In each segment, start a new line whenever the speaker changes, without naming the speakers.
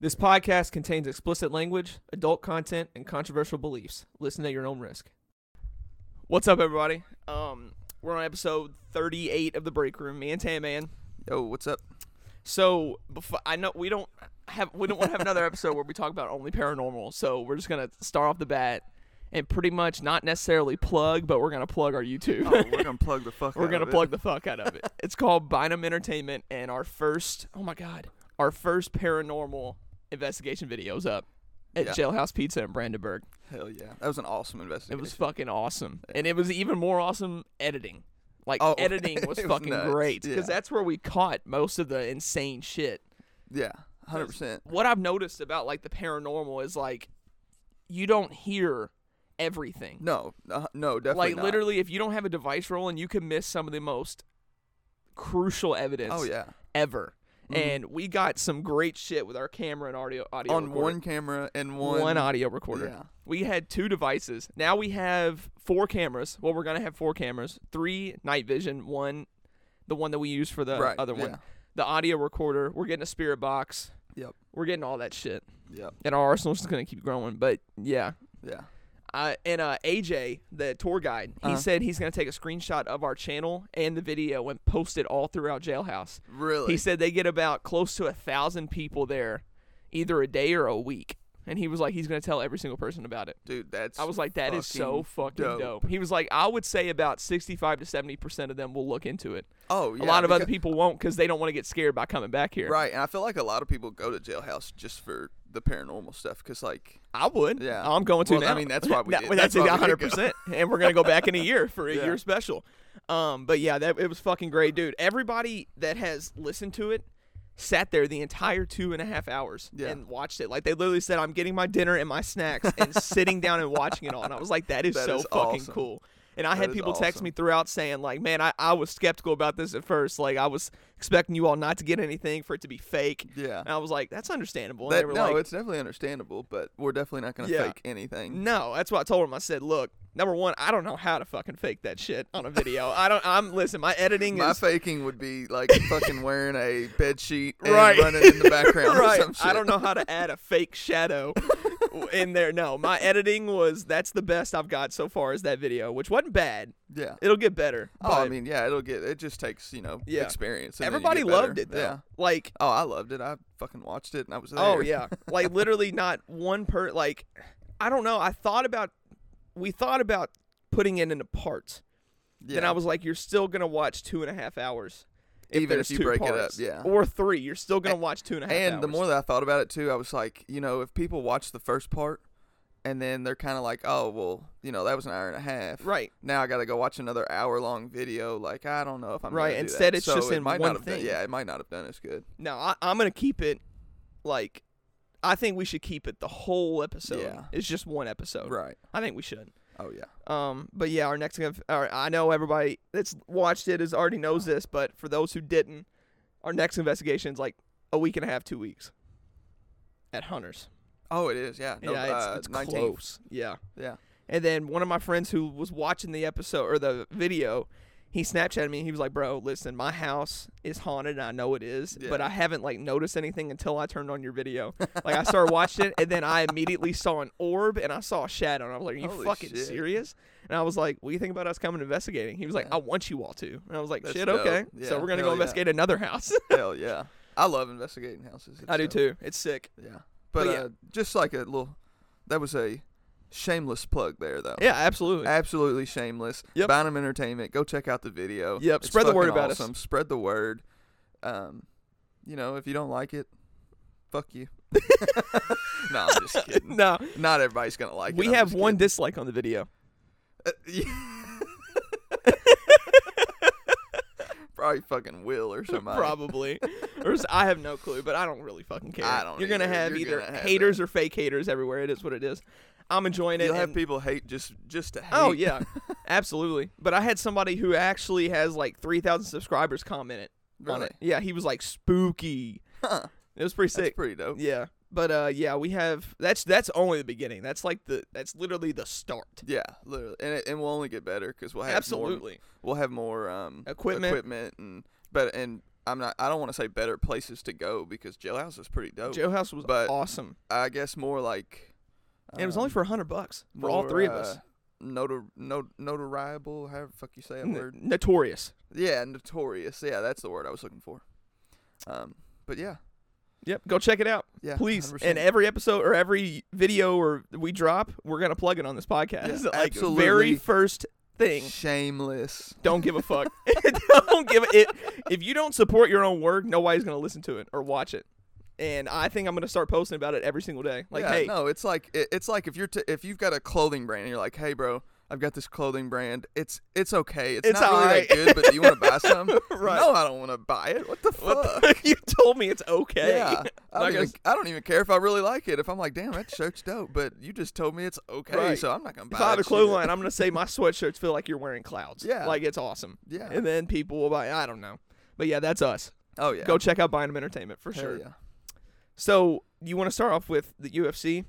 This podcast contains explicit language, adult content, and controversial beliefs. Listen at your own risk. What's up, everybody? Um, we're on episode 38 of the Break Room. Me and Tan Man.
Yo, Oh, what's up?
So before I know we don't have we don't want to have another episode where we talk about only paranormal. So we're just gonna start off the bat and pretty much not necessarily plug, but we're gonna plug our YouTube.
Oh, we're gonna plug the fuck.
We're
out
gonna
of it.
plug the fuck out of it. It's called Bynum Entertainment, and our first, oh my god, our first paranormal investigation video's up at
Yeah.
Jailhouse Pizza in Brandenburg.
Hell yeah, that was an awesome investigation.
It was fucking awesome, and it was even more awesome editing. Like
Oh,
editing was
it was
fucking
nuts,
great because
yeah.
that's where we caught most of the insane shit.
yeah, hundred percent.
What I've noticed about like the paranormal is like you don't hear everything.
No, uh, no, definitely
like
not.
literally, if you don't have a device rolling, you can miss some of the most crucial evidence
Oh yeah,
ever.
Mm-hmm.
And we got some great shit with our camera and audio audio
on
recorder.
one camera and one.
One audio recorder.
Yeah.
We had two devices. Now we have four cameras. Well, we're gonna have four cameras: three night vision, one, the one that we use for the
Right,
other one,
yeah.
the audio recorder. We're getting a spirit box.
Yep,
We're getting all that shit,
yep,
and our arsenal's just gonna keep growing. But yeah,
yeah.
I, and uh, AJ, the tour guide, he
Uh-huh.
said he's gonna take a screenshot of our channel and the video and post it all throughout Jailhouse.
Really?
He said they get about close to a thousand people there, either a day or a week. And he was like, he's gonna tell every single person about it.
dude, that's.
I was like, that is so fucking dope.
dope.
He was like, I would say about sixty-five to seventy percent of them will look into it.
Oh
a
yeah.
lot of other
because-
people won't because they don't want to get scared by coming back here.
Right, and I feel like a lot of people go to jailhouse just for the paranormal stuff, because like,
I would.
Yeah.
I'm going to
Well, I
now.
mean, that's why we
That-
did-
That's
that's why we did
100. percent And we're gonna go back in a year for a
Yeah.
year special. Um, but yeah, that it was fucking great, dude. Everybody that has listened to it sat there the entire two and a half hours
Yeah.
and watched it. Like they literally said, "I'm getting my dinner and my snacks and sitting down and watching it all." And I was like, "That is
That
so
is
fucking
awesome.
cool." And I
That
had
is
people text
awesome.
me throughout saying, like, man, I, I was skeptical about this at first. Like, I was expecting you all not to get anything for it to be fake.
yeah.
And I was like, that's understandable. And they
That,
were
no,
like,
it's definitely understandable, but we're definitely not gonna
Yeah.
fake anything.
No, that's what I told him. I said, look, number one, I don't know how to fucking fake that shit on a video. I don't. I'm listen. My editing
My
is
faking would be like fucking wearing a bed sheet and
Right.
running in the background
right.
or some shit.
I don't know how to add a fake shadow in there. No, my editing was that's the best I've got so far is that video, which wasn't bad.
Yeah.
It'll get better.
Oh, I
but
mean, yeah, it'll get. It just takes you know
Yeah.
experience. and then you
everybody
get better.
loved it though.
Yeah.
Like.
Oh, I loved it. I fucking watched it and I was there.
Oh yeah. Like literally not one per like I don't know. I thought about we thought about putting it into parts.
yeah.
then I was like, you're still gonna watch two and a half hours,
Even if
there's
you
two
break it up,
parts.
yeah.
or three. You're still gonna watch two and a half.
And the
hours.
more that I thought about it too, I was like, you know, if people watch the first part, and then they're kind of like, oh well, you know, that was an hour and a half.
right,
Now I got to go watch another hour long video. Like I don't know if I'm gonna
Right,
do that.
instead it's
So
just
it
in
might
one
not have
thing.
Done, yeah, it might not have done as good.
now I, I'm gonna keep it like. I think we should keep it the whole episode.
Yeah.
It's just one episode.
Right.
I think we should.
Oh yeah.
Um, but yeah, our next. ev- All right, I know everybody that's watched it is already knows this, but for those who didn't, our next investigation is like a week and a half, two weeks. At Hunters.
Oh, it is. Yeah. No,
yeah, it's,
uh,
it's
19th.
close. Yeah.
Yeah.
And then one of my friends who was watching the episode or the video, he Snapchatted me and he was like, "Bro, listen, my house is haunted and I know it is, but
Yeah.
I haven't like noticed anything until I turned on your video. like I started watching it and then I immediately saw an orb and I saw a shadow and I was like, "Are you
Holy
fucking
shit.
serious?" And I was like, "What do you think about us coming investigating?" He was like,
Yeah.
"I want you all to." And I was like,
That's
"Shit,
dope.
okay."
Yeah,
So we're going to
hell
go
yeah.
investigate another house.
Hell yeah. I love investigating houses.
I do
It's, uh,
too. It's sick.
Yeah. But,
But yeah.
Uh, just like a little, that was a shameless plug there, though.
Yeah, absolutely.
Absolutely shameless.
Yep.
Bynum Entertainment. Go check out the video.
Yep,
It's
spread the word
fucking
about us.
awesome. Spread the word. Um, you know, if you don't like it, fuck you. no, I'm just kidding.
no,
Not everybody's gonna like it.
we
I'm
have
just
one
kidding.
dislike on the video.
Uh, yeah. Probably fucking Will or somebody.
Probably. or s- I have no clue, but I don't really fucking care.
I don't
You're gonna
either.
have
You're
either
gonna have
haters or fake haters everywhere. It is what it is. I'm enjoying it.
You'll have
and-
people hate just just to hate.
oh yeah, absolutely. But I had somebody who actually has like 3,000 subscribers comment it on
Really?
it. Yeah, he was like spooky.
Huh.
It was pretty
That's
sick.
pretty dope.
yeah. But uh, yeah, we have that's that's only the beginning. That's like the that's literally the start.
Yeah, literally, and it, and we'll only get better because we'll have more,
Absolutely.
we'll have more um,
Equipment.
equipment, and but and I'm not. I don't want to say better places to go because jailhouse is pretty dope.
Joe House was
oh, but-
awesome,
I guess more like.
and it was only
um,
for hundred bucks for all
more,
three of us.
uh, Notor no notoriable, however the fuck you say that
N-
word.
notorious.
Yeah, notorious. Yeah, that's the word I was looking for. Um, but yeah,
Yep, go check it out,
yeah,
please.
100%.
And every episode or every video or we drop, we're gonna plug it on this podcast.
Yeah,
like very
absolutely.
first thing.
shameless.
Don't give a fuck. don't give a, it. If you don't support your own work, nobody's gonna listen to it or watch it. And I think I'm gonna start posting about it every single day. Like,
yeah,
hey,
no, it's like it, it's like if you're t- if you've got a clothing brand and you're like, hey, bro, I've got this clothing brand. It's it's okay. It's,
It's
not really
alright."
that good, but do you want to buy some?
Right.
No, I don't want to buy it. What the fuck?
what the- you told me it's okay.
Yeah, I
Like
don't,
I
even,
s-
I don't even care if I really like it. If I'm like, damn, that shirt's dope, but you just told me it's okay,
Right.
so I'm not gonna buy
If I have
that
a clothing
shit.
line, I'm gonna say my sweatshirts feel like you're wearing clouds.
Yeah.
like it's awesome.
Yeah.
and then people will buy. I don't know, but yeah, that's us.
oh yeah.
Go check out Bynum Entertainment for
Hell
sure.
Yeah.
So you want to start off with the UFC?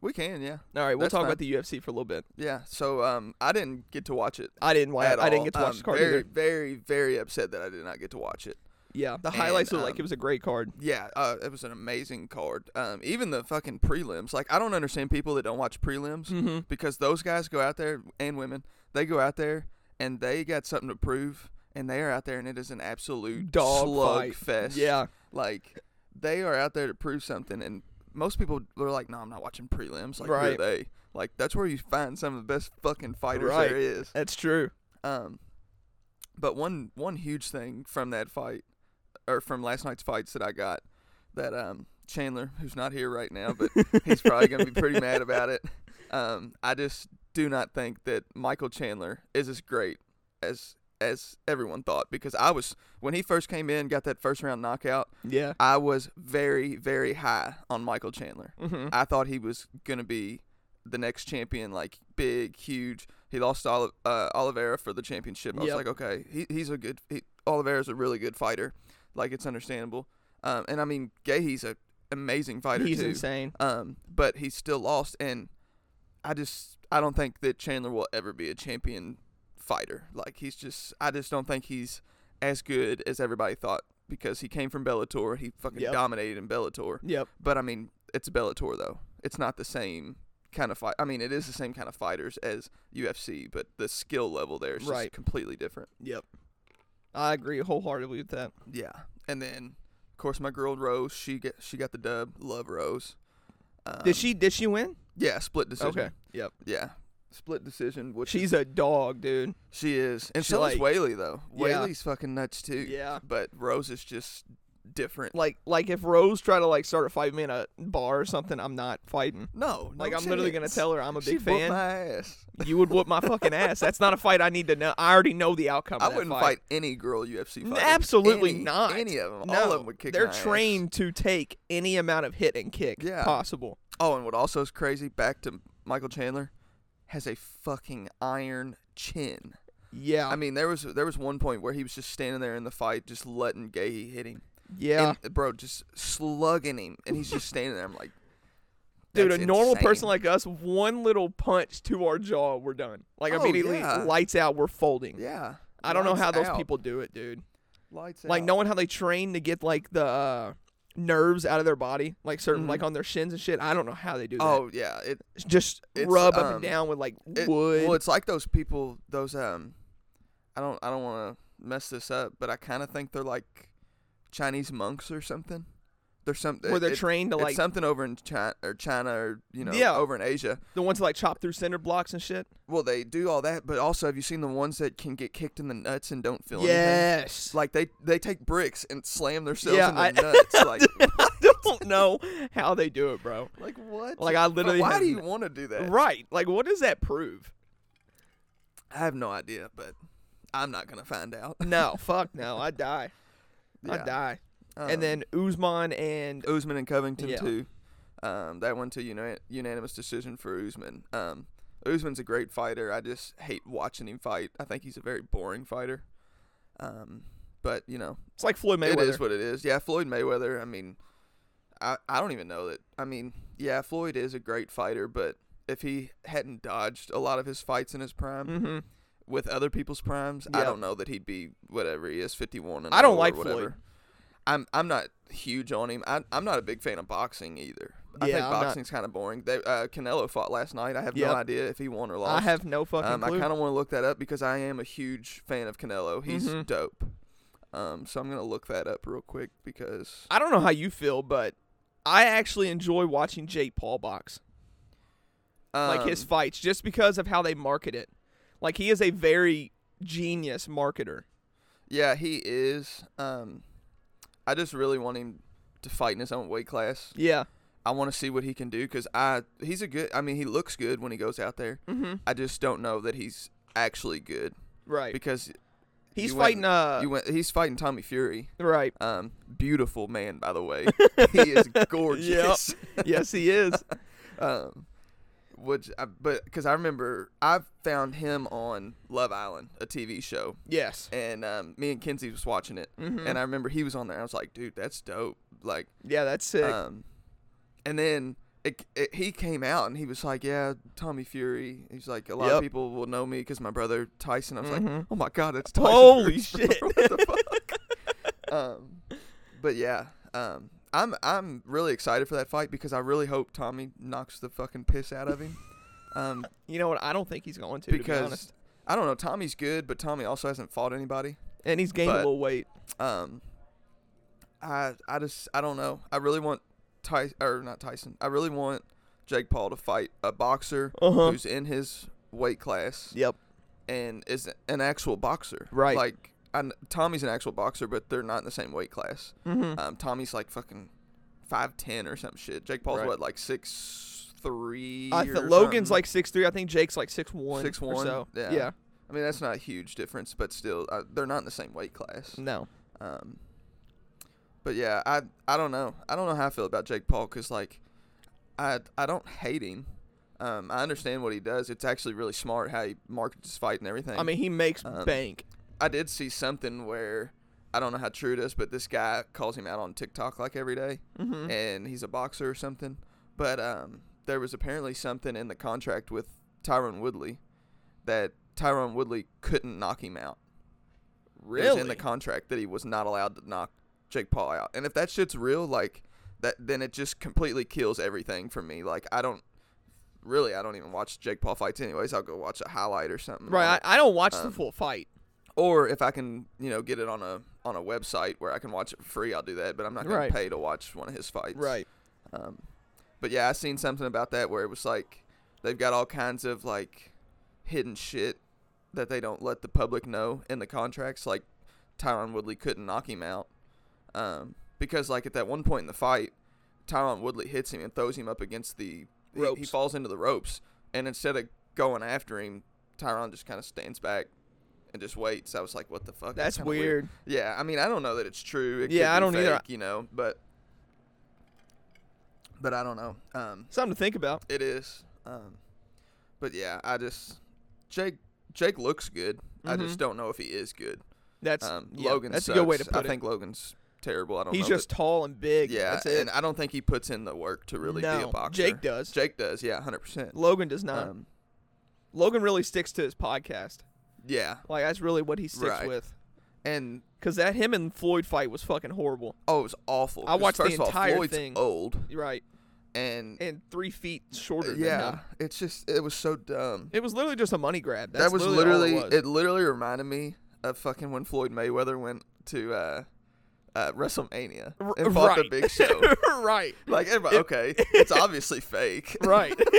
We can. Yeah.
All right, we'll
That's
talk
fine.
about the UFC for a little bit.
Yeah. So um, I didn't get to watch it.
I didn't. Watch,
at
I didn't
all.
get to watch
I'm
the card
Very,
either.
very, very upset that I did not get to watch it.
Yeah, the
and,
highlights were like
um,
it was a great card.
Yeah, uh, it was an amazing card. Um, even the fucking prelims. Like, I don't understand people that don't watch prelims
Mm-hmm.
because those guys go out there and women, they go out there and they got something to prove, and they are out there and it is an absolute
Dog
slug
fight.
fest.
Yeah,
like they are out there to prove something, and most people are like, "No, I'm not watching prelims." Like, who are
Right.
they? Like, that's where you find some of the best fucking fighters
Right.
there is.
that's true.
Um, but one one huge thing from that fight, or from last night's fights that I got, that um Chandler, who's not here right now, but he's probably gonna be pretty mad about it. Um, I just do not think that Michael Chandler is as great as as everyone thought because I was when he first came in, got that first round knockout.
Yeah.
I was very very high on Michael Chandler.
Mm-hmm.
I thought he was gonna be the next champion, like big, huge. He lost to Oli- uh, Oliveira for the championship. I
Yep.
was like, okay, he, he's a good. He, Oliveira's a really good fighter. Like it's understandable. Um, and I mean, Gayhe's a amazing fighter
He's
too.
insane.
Um, but he still lost, and I just I don't think that Chandler will ever be a champion fighter. Like he's just I just don't think he's as good as everybody thought because he came from Bellator. He fucking
Yep.
dominated in Bellator.
Yep.
But I mean, it's Bellator though. It's not the same kind of fight. I mean, it is the same kind of fighters as UFC, but the skill level there is
Right.
just completely different.
Yep. I agree wholeheartedly with that.
Yeah. And then, of course, my girl Rose. She get she got the dub. Love Rose. Um,
did she? Did she win?
Yeah, split decision.
Okay. Yep.
Yeah, split decision. Which
She's a dog, dude.
she is, and
she
so
like-
is Whaley though.
Yeah.
Whaley's fucking nuts too.
Yeah.
But Rose is just different.
Like, like if Rose tried to like start a fight with me in a bar or something, I'm not fighting.
No, no
Like, I'm literally gonna
chance.
tell her I'm a
She
big
whooped
fan.
My ass.
you would whoop my fucking ass. That's not a fight I need to know. I already know the outcome.
I
of that
wouldn't
fight.
fight any girl UFC
N-
fighter.
absolutely
Any-
not.
Any of them.
No,
All of them would kick.
They're
my ass.
trained to take any amount of hit and kick
Yeah.
possible.
Oh, and what also is crazy? Back to Michael Chandler, has a fucking iron chin.
Yeah,
I mean, there was there was one point where he was just standing there in the fight, just letting Gahey hit him.
yeah,
And, bro, just slugging him, and he's just standing there. I'm like,
dude. A
that's
normal
insane.
person like us, one little punch to our jaw, we're done. Like
Oh,
immediately,
yeah.
lights out. We're folding.
yeah.
I don't know
lights
how those
out.
people do it, dude.
lights
Like
out.
knowing how they train to get like the uh, nerves out of their body, like certain
Mhm.
like on their shins and shit. I don't know how they do that.
Oh yeah, it
just
it's,
rub up
um,
and down with like
it-
wood.
Well, it's like those people, those um, I don't, I don't want to mess this up, but I kind of think they're like Chinese monks or something. They're something.
where they're trained to like
it's something over in China or China or you know
Yeah.
over in Asia.
the ones that like chop through cinder blocks and shit.
Well, they do all that, but also have you seen the ones that can get kicked in the nuts and don't feel anything?
Yes.
Like they they take bricks and slam themselves
Yeah,
in the
I-
nuts. Like
I don't know how they do it, bro.
like what?
Like I literally
why
have
do you
n-
want to do that?
right. Like what does that prove?
I have no idea, but I'm not gonna find out.
No, fuck no. I die. I
Yeah.
die.
Um,
and then Uzman and
Usman and Covington
Yeah.
too. Um, that one too, uni- unanimous decision for Usman. Um, Usman's a great fighter. I just hate watching him fight. I think he's a very boring fighter. Um, but you know,
it's like Floyd Mayweather.
it is what it is. Yeah, Floyd Mayweather. I mean, I I don't even know that. I mean, yeah, Floyd is a great fighter, but if he hadn't dodged a lot of his fights in his prime
mm-hmm.
with other people's primes, I
Yeah.
don't know that he'd be whatever he is, fifty one.
I don't
or
like
whatever.
Floyd.
I'm I'm not huge on him. I, I'm not a big fan of boxing either. I
Yeah,
think
I'm not-
boxing's kind of boring. They, uh, Canelo fought last night. I have
Yep.
no idea if he won or lost.
I have no fucking
Um, I
clue.
kind of want to look that up because I am a huge fan of Canelo. He's
Mhm.
dope. Um, so I'm gonna look that up real quick because
I don't know how you feel, but I actually enjoy watching Jake Paul box,
um,
like his fights, just because of how they market it. Like he is a very genius marketer.
yeah he is. Um, I just really want him to fight in his own weight class.
Yeah.
I want to see what he can do because I he's a good. I mean he looks good when he goes out there.
Mm-hmm.
I just don't know that he's actually good
Right.
because
He's
you
fighting.
went-
Uh.
you went, he's fighting Tommy Fury.
right.
Um, beautiful man by the way. he is gorgeous.
yes, he is.
um, which I, but because I remember I found him on Love Island, a TV show,
Yes.
and um, me and Kenzie was watching it,
Mhm.
and I remember he was on there. I was like, dude, that's dope. Like,
Yeah, that's sick.
um, and then. It, it, he came out and he was like, "Yeah, Tommy Fury." He's like, "A lot
Yep.
of people will know me because my brother Tyson." I was like,
Mhm.
"Oh my god, it's Tyson!"
Holy
Fury's brother.
shit.
what the fuck? um, but yeah, um, I'm I'm really excited for that fight because I really hope Tommy knocks the fucking piss out of him. Um,
you know what? I don't think he's going to. to be
because
honest.
I don't know, Tommy's good, but Tommy also hasn't fought anybody.
and he's gained a
but-
little weight.
Um, I I just I don't know. I really want Ty or not Tyson. I really want Jake Paul to fight a boxer
Uh huh.
who's in his weight class
Yep.
and is an actual boxer.
Right.
Like I kn- Tommy's an actual boxer, but they're not in the same weight class.
Mm-hmm.
Um, Tommy's like fucking five ten or some shit. Jake Paul's
Right.
what like six three.
I th-
or
Logan's
something?
like six three. I think Jake's like six one.
6'1",
Or so.
yeah.
yeah.
I mean that's not a huge difference, but still uh, they're not in the same weight class.
No.
Um, but yeah, I I don't know. I don't know how I feel about Jake Paul because like, I I don't hate him. Um, I understand what he does. It's actually really smart how he markets his fight and everything.
I mean, he makes
Um,
bank.
I did see something where I don't know how true it is, but this guy calls him out on TikTok like every day,
Mm-hmm.
and he's a boxer or something. But um, there was apparently something in the contract with Tyron Woodley that Tyron Woodley couldn't knock him out. It was in the contract that he was not allowed to knock Jake Paul out. And if that shit's real, like that, then it just completely kills everything for me. Like I don't really, I don't even watch Jake Paul fights anyways. I'll go watch a highlight or something. on
right.
it.
I, I don't watch the
um,
full fight.
or if I can, you know, get it on a on a website where I can watch it for free, I'll do that. But I'm not gonna
Right.
pay to watch one of his fights.
Right.
Um, but yeah, I seen something about that where it was like they've got all kinds of like hidden shit that they don't let the public know in the contracts. Like Tyron Woodley couldn't knock him out um, because like at that one point in the fight, Tyron Woodley hits him and throws him up against the he- He,
Ropes.
falls into the ropes, and instead of going after him, Tyron just kind of stands back. And just waits. I was like, "What the fuck?"
That's
kinda
weird.
yeah, I mean, I don't know that it's true. It
Yeah,
could
I
be
don't either.
fake, You know, but but I don't know. Um,
Something to think about.
it is. Um, but yeah, I just Jake Jake looks good. I
Mhm.
just don't know if he is good.
That's
Um,
yeah,
Logan.
That's
sucks.
a good way to put
I
it.
think Logan's terrible. I don't.
He's
know,
just tall and big.
but, yeah,
That's it.
and I don't think he puts in the work to really be a
No,
boxer.
Jake does.
Jake does. Yeah, hundred percent.
Logan does not.
Um,
Logan really sticks to his podcast.
yeah,
Like that's really what he sticks
Right.
with.
and
Cause that him and Floyd fight was fucking horrible.
oh, it was awful.
I
'cause
watched the
first of all,
entire
Floyd's
thing.
Old
You're right.
and uh,
And three feet shorter. Than
yeah,
him.
it's just it was so dumb.
It was literally just a money grab. That's
that was
literally,
literally
all it was.
it, literally reminded me of fucking when Floyd Mayweather went to uh, uh, WrestleMania
R-
and fought the
right.
Big Show.
right.
like everybody,
It-
okay, it's obviously fake.
Right.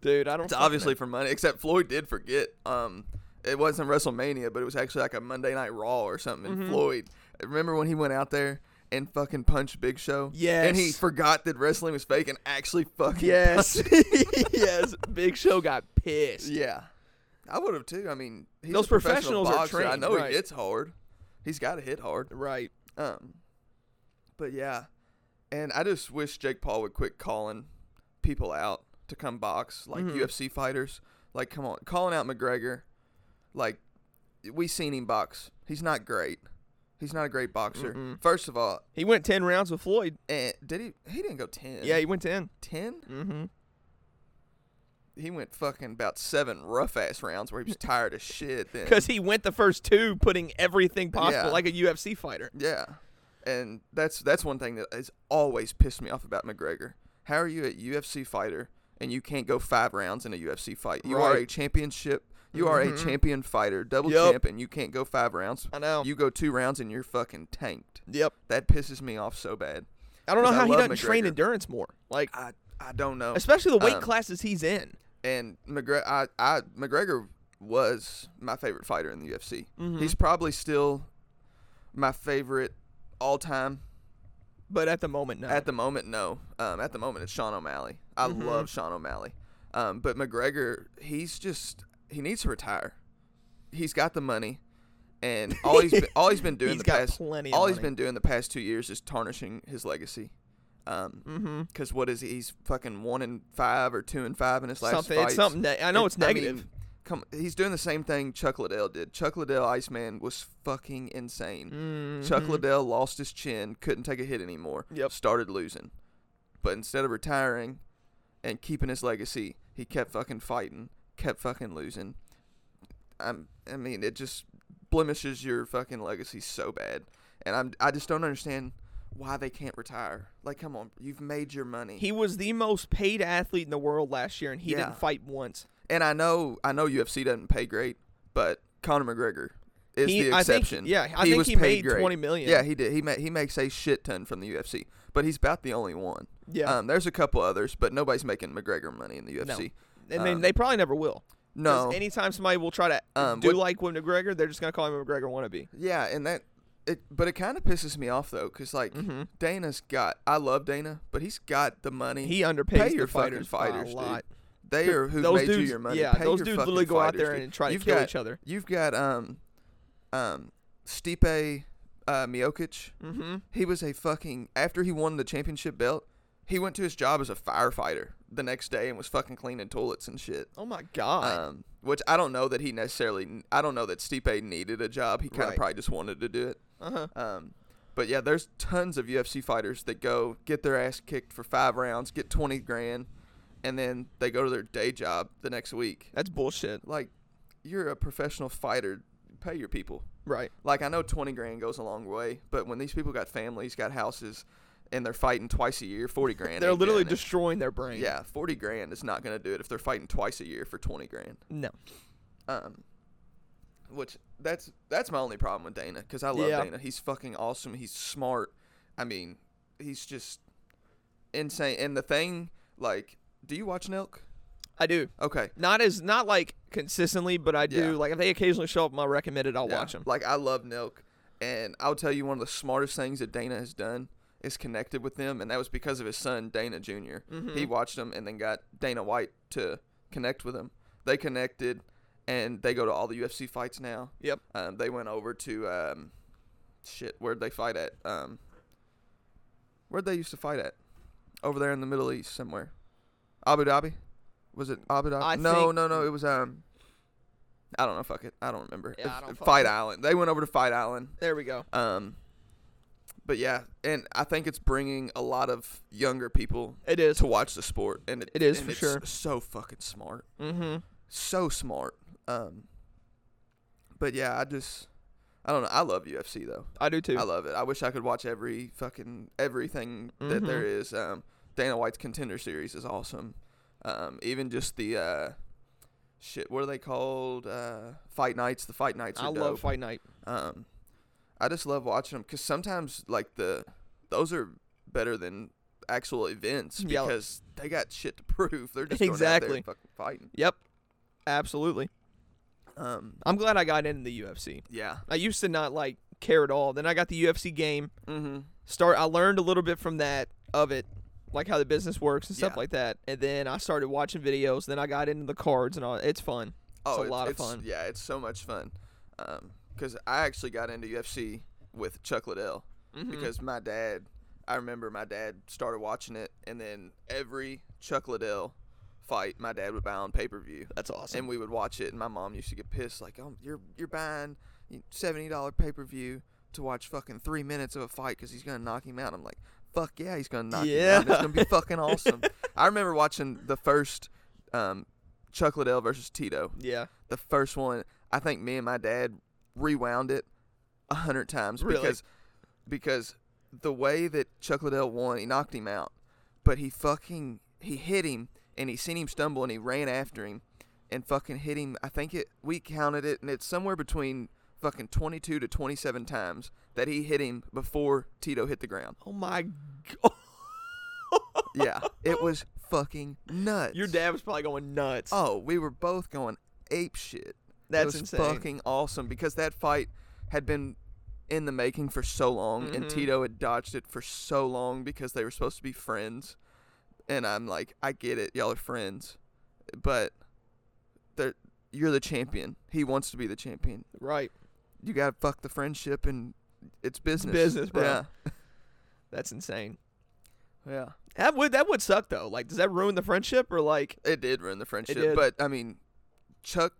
Dude, I don't.
It's
fucking
obviously for money. Except Floyd did forget. Um, it wasn't WrestleMania, but it was actually like a Monday Night Raw or something.
Mm-hmm.
And Floyd, remember when he went out there? And fucking punched Big Show. And he
Yes.
forgot that wrestling was fake and actually fucking
Yes.
punched-
yes. Big Show got pissed.
Yeah, I would have too. I mean, he's
Those
a professional
professionals are
boxer. I
trained,
know
right.
he hits hard. He's got to hit hard.
Right.
Um, but yeah, and I just wish Jake Paul would quit calling people out to come box like
Mhm.
UFC fighters. Like, come on, calling out McGregor. Like, we seen him box. He's not great. He's not a great boxer.
Mm-mm.
First of all,
He went ten rounds with Floyd.
and did he? He didn't go ten.
Mm-hmm. Yeah, he went ten.
ten.
Mm-hmm.
he went fucking about seven rough ass rounds where he was tired as shit. Then
because he went the first two, putting everything possible
Yeah.
like a UFC fighter.
yeah, and that's that's one thing that has always pissed me off about McGregor. How are you a UFC fighter and you can't go five rounds in a UFC fight? You are
Right.
a championship. You are a
Mhm.
champion fighter, double
Yup.
champ, and you can't go five rounds.
I know.
You go two rounds and you're fucking tanked.
yep.
That pisses me off so bad.
I don't know
'Cause I
how he
love
doesn't train
McGregor.
endurance more. Like
I I don't know.
especially the weight
um,
classes he's in.
and McGregor, I, I McGregor was my favorite fighter in the UFC.
Mhm.
He's probably still my favorite all time.
But at the moment, no.
At the moment, no. Um, at the moment, it's Sean O'Malley. I
Mhm.
love Sean O'Malley. Um, but McGregor, he's just he needs to retire. He's got the money, and all he's been, all he's been doing
He's
the
got
past
plenty of
all he's
money.
been doing the past two years is tarnishing his legacy. Um,
mm-hmm.
because what is he? He's fucking one and five or two and five in his last
something.
fight.
It's something. Ne- I know it's negative.
mean, come, he's doing the same thing Chuck Liddell did. Chuck Liddell, Iceman, was fucking insane. Chuck
Mhm.
Liddell lost his chin, couldn't take a hit anymore.
Yep.
Started losing, but instead of retiring and keeping his legacy, he kept fucking fighting, kept fucking losing. I'm, I mean, it just blemishes your fucking legacy so bad, and I'm, I just don't understand why they can't retire. Like, come on, you've made your money.
He was the most paid athlete in the world last year, and he
Yeah.
didn't fight once.
and I know I know UFC doesn't pay great, but Conor McGregor is
He-
the
I think-
exception.
yeah, I
he
think
was
he made
paid great.
20 million.
Yeah, he did. He ma- he makes a shit ton from the UFC, but he's about the only one.
Yeah,
Um, there's a couple others, but nobody's making McGregor money in the UFC.
and then
um,
they probably never will. 'Cause
No.
anytime somebody will try to
Um,
do
what-
like with McGregor, they're just gonna call him a McGregor wannabe.
yeah, and that it, but it kind of pisses me off though, cause like
Mhm.
Dana's got. I love Dana, but he's got the money.
He underpays
pay
the
your fucking
fighters, by
fighters,
a
dude.
lot.
They are who
those
made
dudes,
you your money.
Yeah,
Pay
those
your
dudes
fucking
literally go out
fighters,
there
dude.
and try to
You've
kill
got-
each other.
You've got um, um, Stipe uh, Miocic.
Mm-hmm.
He was a fucking after he won the championship belt, he went to his job as a firefighter the next day and was fucking cleaning toilets and shit.
Oh my god.
Um, which I don't know that he necessarily. I don't know that Stipe needed a job. He kind of
Right.
probably just wanted to do it.
uh-huh.
Um, but yeah, there's tons of UFC fighters that go get their ass kicked for five rounds, get twenty grand, and then they go to their day job the next week.
That's bullshit.
Like, you're a professional fighter. Pay your people.
Right.
Like I know twenty grand goes a long way, but when these people got families, got houses, and they're fighting twice a year, forty grand.
They're
ain't
literally
doing it.
destroying their brain.
yeah, forty grand is not gonna do it if they're fighting twice a year for twenty grand.
No.
Um, which that's that's my only problem with Dana because I love
Yeah.
Dana. He's fucking awesome. He's smart. I mean, he's just insane. And the thing, like, do you watch Nelk?
I do.
Okay,
Not as not like consistently, but I do.
Yeah.
Like if they occasionally show up in my recommended, I'll
Yeah.
watch them.
Like I love Nelk, and I'll tell you one of the smartest things that Dana has done is connected with them, and that was because of his son Dana junior
Mm-hmm.
He watched him and then got Dana White to connect with him. They connected, and they go to all the UFC fights now.
Yep.
Um, they went over to um, shit. Where'd they fight at? Um, where'd they used to fight at? Over there in the Middle East somewhere. Abu Dhabi. Was it Abu Dhabi?
I
no,
think-
no, no. It was um. I don't know. Fuck it. I don't remember.
Yeah, I
If-
don't
if
fuck-
Fight Island. They went over to Fight Island.
There we go.
Um. But yeah, and I think it's bringing a lot of younger people
It is.
to watch the sport, and it,
It is
and
for
it's
sure.
So fucking smart
Mm-hmm.
so smart. Um, but yeah, I just I don't know. I love UFC though.
I do too.
I love it. I wish I could watch every fucking everything
Mm-hmm.
that there is. Um, Dana White's Contender Series is awesome. Um, even just the uh, shit. What are they called? Uh, fight nights. The fight nights. Are
I
dope.
love Fight Night.
Um, I just love watching them because sometimes like the those are better than actual events
Yeah.
because they got shit to prove. They're just going out there and
Exactly.
fucking fighting.
Yep. Absolutely.
Um,
I'm glad I got into the UFC.
yeah.
I used to not like care at all. Then I got the UFC game.
Mm-hmm.
Start I learned a little bit from that of it, like how the business works and stuff
Yeah.
like that. And then I started watching videos, then I got into the cards and all. It's fun. It's a lot of fun.
Yeah, Oh, it's so much fun. Because I actually got into UFC with Chuck Liddell
Mm-hmm.
because my dad, I remember my dad started watching it, and then every Chuck Liddell fight, my dad would buy on pay per view,
That's awesome.
and we would watch it. And my mom used to get pissed, like, "Oh, you're you're buying seventy dollar pay per view to watch fucking three minutes of a fight because he's gonna knock him out." I'm like, "Fuck yeah, he's gonna knock him out. It's
Yeah.
gonna be fucking awesome." I remember watching the first um, Chuck Liddell versus Tito.
Yeah.
The first one, I think me and my dad rewound it a hundred times
Really?
because because the way that Chuck Liddell won, he knocked him out, but he fucking he hit him and he seen him stumble and he ran after him and fucking hit him. I think it we counted it and it's somewhere between fucking 22 to 27 times that he hit him before Tito hit the ground.
Oh my god.
Yeah, it was fucking nuts.
Your dad was probably going nuts.
Oh, we were both going ape shit.
That's
it was
insane.
fucking awesome because that fight had been in the making for so long, and
Mhm.
Tito had dodged it for so long because they were supposed to be friends. And I'm like, I get it, y'all are friends, but they're- you're the champion. He wants to be the champion.
right.
You gotta fuck the friendship, and it's business.
business, bro.
Yeah,
That's insane.
yeah.
That would that would suck though. Like, does that ruin the friendship or like?
It did ruin the friendship,
did.
but I mean, Chuck.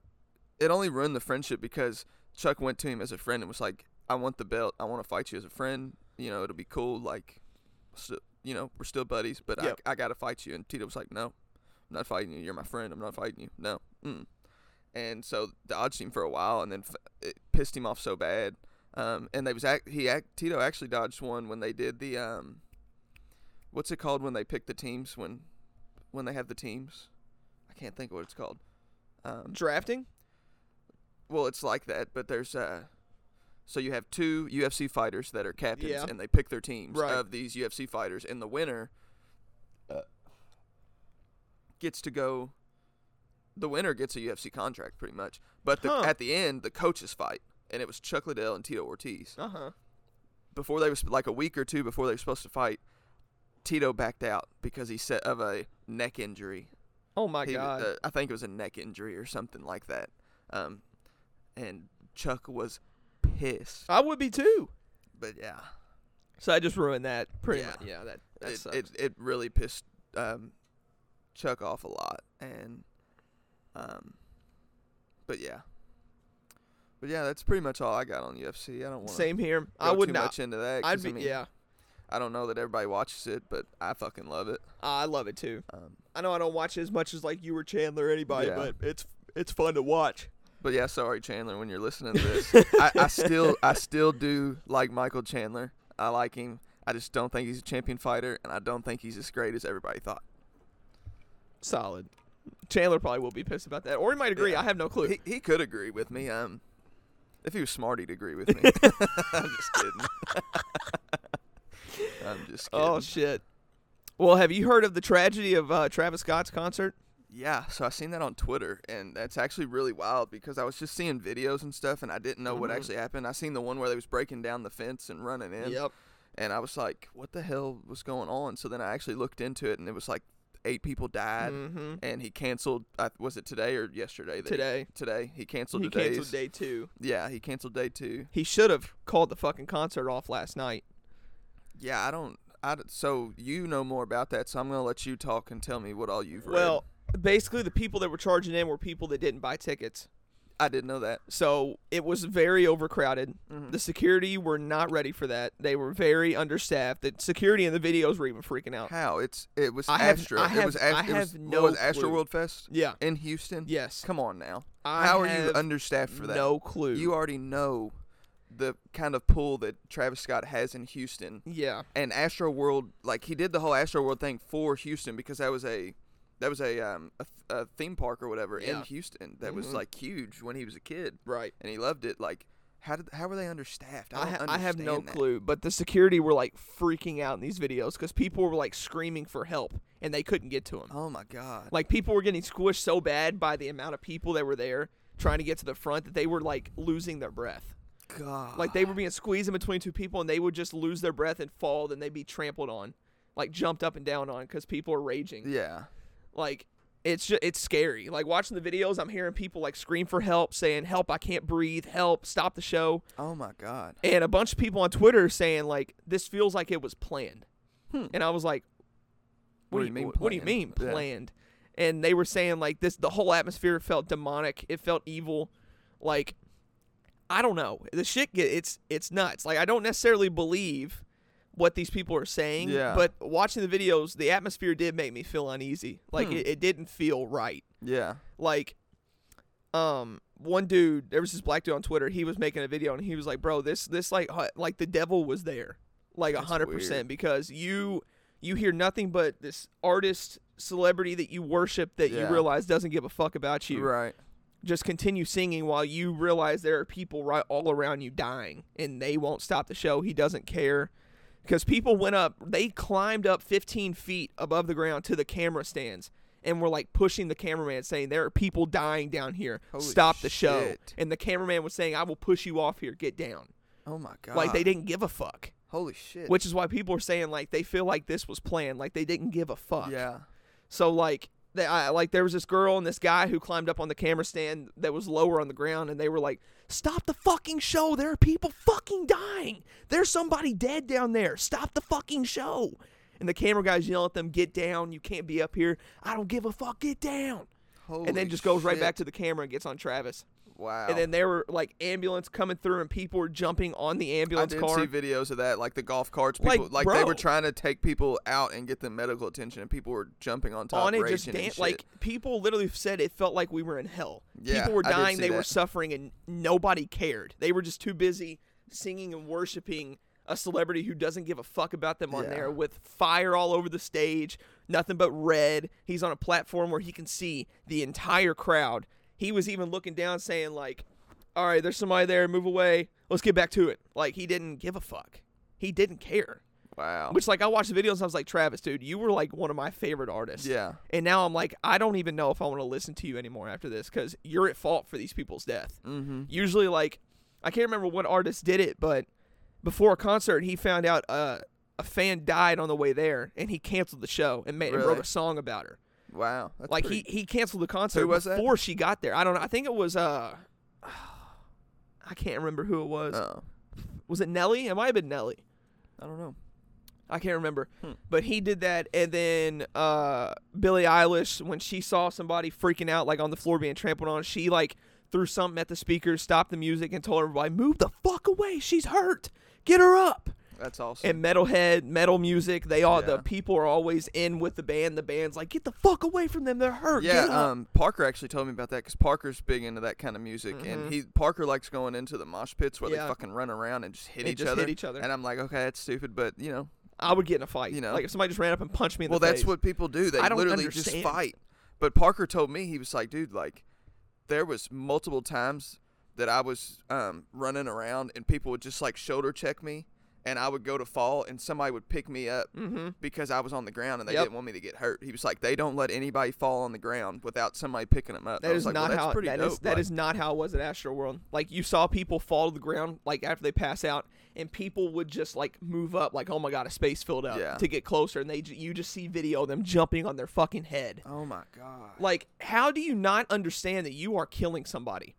It only ruined the friendship because Chuck went to him as a friend and was like, "I want the belt. I want to fight you as a friend. You know, it'll be cool. Like, st- you know, we're still buddies, but
Yep.
I, I gotta fight you." And Tito was like, "No, I'm not fighting you. You're my friend. I'm not fighting you. No." Mm. And so dodged him for a while, and then f- it pissed him off so bad. Um, and they was act- he act- Tito actually dodged one when they did the um, what's it called when they pick the teams when when they have the teams. I can't think of what it's called. Um,
Drafting?
well, it's like that, but there's uh, so you have two UFC fighters that are captains,
Yeah.
and they pick their teams
Right.
of these UFC fighters, and the winner uh, gets to go. The winner gets a UFC contract, pretty much. But the,
Huh.
at the end, the coaches fight, and it was Chuck Liddell and Tito Ortiz.
Uh huh.
Before they was like a week or two before they were supposed to fight, Tito backed out because he said of a neck injury.
Oh my
He-
god.
uh, I think it was a neck injury or something like that. Um, and Chuck was pissed.
I would be too.
But yeah,
So I just ruined that. Pretty
Yeah.
much. Yeah. That that
it,
sucks.
it it really pissed um, Chuck off a lot. And um, but yeah, but yeah, that's pretty much all I got on UFC. I don't want to
Same here.
Go
I would
too
not.
much into that.
I'd
'cause,
be
I mean,
yeah.
I don't know that everybody watches it, but I fucking love it.
Ah, I love it too.
Um,
I know I don't watch it as much as like you or Chandler or anybody,
Yeah.
but it's it's fun to watch.
But yeah, sorry Chandler, when you're listening to this, I, I still I still do like Michael Chandler. I like him. I just don't think he's a champion fighter, and I don't think he's as great as everybody thought.
Solid. Chandler probably will be pissed about that, or he might agree.
Yeah.
I have no clue.
He, he could agree with me. Um, if he was smart, he'd agree with me. I'm just kidding. I'm just kidding.
oh shit. Well, have you heard of the tragedy of uh, Travis Scott's concert?
yeah. So I seen that on Twitter, and that's actually really wild because I was just seeing videos and stuff, and I didn't know what
Mhm.
actually happened. I seen the one where they was breaking down the fence and running in. and I was like, "What the hell was going on?" So then I actually looked into it, and it was like eight people died,
Mm-hmm.
and he canceled. Uh, was it today or yesterday? that he-
Today
today he canceled.
he
today's-
canceled day two.
Yeah, he canceled day two.
He should have called the fucking concert off last night.
Yeah, I don't. I don't- so you know more about that, so I'm gonna let you talk and tell me what all you've read.
Well, basically, the people that were charging in were people that didn't buy tickets.
I didn't know that.
So it was very overcrowded.
Mhm.
The security were not ready for that. They were very understaffed. The security in the videos were even freaking out.
How it's it was
I have-
Astro.
I
it
have-
was Ast-
I
it was,
have
what
no
was Astro
clue.
World Fest
Yeah.
in Houston.
Yes.
Come on now.
I
How are you
have
understaffed for that?
No clue.
You already know the kind of pull that Travis Scott has in Houston.
Yeah.
and Astro World, like he did the whole Astro World thing for Houston because that was a that was a um a, th- a theme park or whatever in
Yeah.
Houston that was
Mhm.
like huge when he was a kid
Right.
and he loved it. Like how did how were they understaffed?
I,
I,
ha-
don't
I have no
understand that.
clue, but the security were like freaking out in these videos because people were like screaming for help and they couldn't get to him.
Oh my god!
Like people were getting squished so bad by the amount of people that were there trying to get to the front that they were like losing their breath.
God,
Like they were being squeezed in between two people and they would just lose their breath and fall, then they'd be trampled on, like jumped up and down on because people are raging.
yeah,
Like it's just it's scary. Like watching the videos, I'm hearing people like scream for help, saying "Help! I can't breathe! Help! Stop the show!"
oh my god,
and a bunch of people on Twitter saying like this feels like it was planned,
Hmm.
and I was like,
What
"What, do
do you
you
mean
wh- What do you
planned?
mean
Yeah.
planned?" And they were saying like this, the whole atmosphere felt demonic. It felt evil. Like I don't know, the shit. Get, it's it's nuts. Like I don't necessarily believe what these people are saying.
Yeah.
But watching the videos, the atmosphere did make me feel uneasy. Like
Hmm.
it, it didn't feel right.
Yeah.
Like, um, one dude, there was this black dude on Twitter. He was making a video and he was like, "Bro, this this like hu- like the devil was there, like a
That's
hundred
weird.
percent because you you hear nothing but this artist celebrity that you worship that
Yeah.
you realize doesn't give a fuck about you.
Right.
Just continue singing while you realize there are people right all around you dying and they won't stop the show. He doesn't care." Because people went up, they climbed up 15 feet above the ground to the camera stands and were like pushing the cameraman, saying, There are people dying down here.
Holy
Stop the show.
shit.
And the cameraman was saying, I will push you off here. Get down.
Oh my god.
Like they didn't give a fuck.
Holy shit.
Which is why people are saying, like, they feel like this was planned. Like they didn't give a fuck.
Yeah.
So like they, I, like there was this girl and this guy who climbed up on the camera stand that was lower on the ground, and they were like, "Stop the fucking show! There are people fucking dying. There's somebody dead down there. Stop the fucking show!" And the camera guys yell at them, "Get down! You can't be up here. I don't give a fuck. Get down!"
Holy
and then just goes right back to the camera and gets on Travis.
Wow.
And then there were like ambulance coming through, and people were jumping on the
I
ambulance
did
car.
see videos of that, like the golf carts.
Like,
People, like, they
bro.
were trying to take people out and get them medical attention, and people were jumping on top,
on it,
raging
Oh, just
and
dan-
shit.
like people literally said it felt like we were in hell.
Yeah,
people were
I did
dying,
see
they were
that.
suffering, and nobody cared. They were just too busy singing and worshiping a celebrity who doesn't give a fuck about them on
Yeah.
there with fire all over the stage, nothing but red. He's on a platform where he can see the entire crowd. He was even looking down, saying like, "All right, there's somebody there. Move away. Let's get back to it." Like he didn't give a fuck. He didn't care.
wow.
Which like I watched the videos, and I was like, "Travis, dude, you were like one of my favorite artists."
yeah.
And now I'm like, I don't even know if I want to listen to you anymore after this because you're at fault for these people's death.
Mm-hmm.
Usually, like, I can't remember what artist did it, but before a concert, he found out uh, a fan died on the way there and he canceled the show and, made, and wrote
Really?
a song about her.
Wow. That's
like,
pretty-
he, he canceled the concert
Who was that?
before she got there. I don't know. I think it was, uh, I can't remember who it was.
Oh,
was it Nelly? It might have been Nelly.
I don't know.
I can't remember.
Hmm.
But he did that, and then uh, Billie Eilish, when she saw somebody freaking out, like on the floor being trampled on, she like threw something at the speakers, stopped the music, and told everybody, "Move the fuck away! She's hurt. Get her up."
That's awesome.
And metalhead, metal music, they all the
Yeah.
people are always in with the band. The band's like, "Get the fuck away from them! They're hurt."
yeah,
Get up."
um, Parker actually told me about that because Parker's big into that kind of music, and he Parker likes going into the mosh pits where
Mm-hmm. Yeah.
they fucking run around and just hit
They
each
just
other.
hit each other.
And I'm like, okay, that's stupid, but you know,
I would get in a fight.
you know.
like if somebody just ran up and punched me. In
well,
the
that's
face.
what people do. They
I don't
literally
understand.
just fight. But Parker told me he was like, dude, like there was multiple times that I was um, running around and people would just like shoulder check me, and I would go to fall, and somebody would pick me up because I was on the ground and they
Mm-hmm. Yep.
didn't want me to get hurt. He was like, they don't let anybody fall on the ground without somebody picking them up. I
That
was
is
like,
not
well, that's
how
pretty
that
dope.
is that
like,
is not how it was at Astro World. Like you saw people fall to the ground like after they pass out, and people would just like move up like oh my god a space filled up
Yeah.
to get closer, and they ju- you just see video of them jumping on their fucking head.
Oh my god.
Like how do you not understand that you are killing somebody?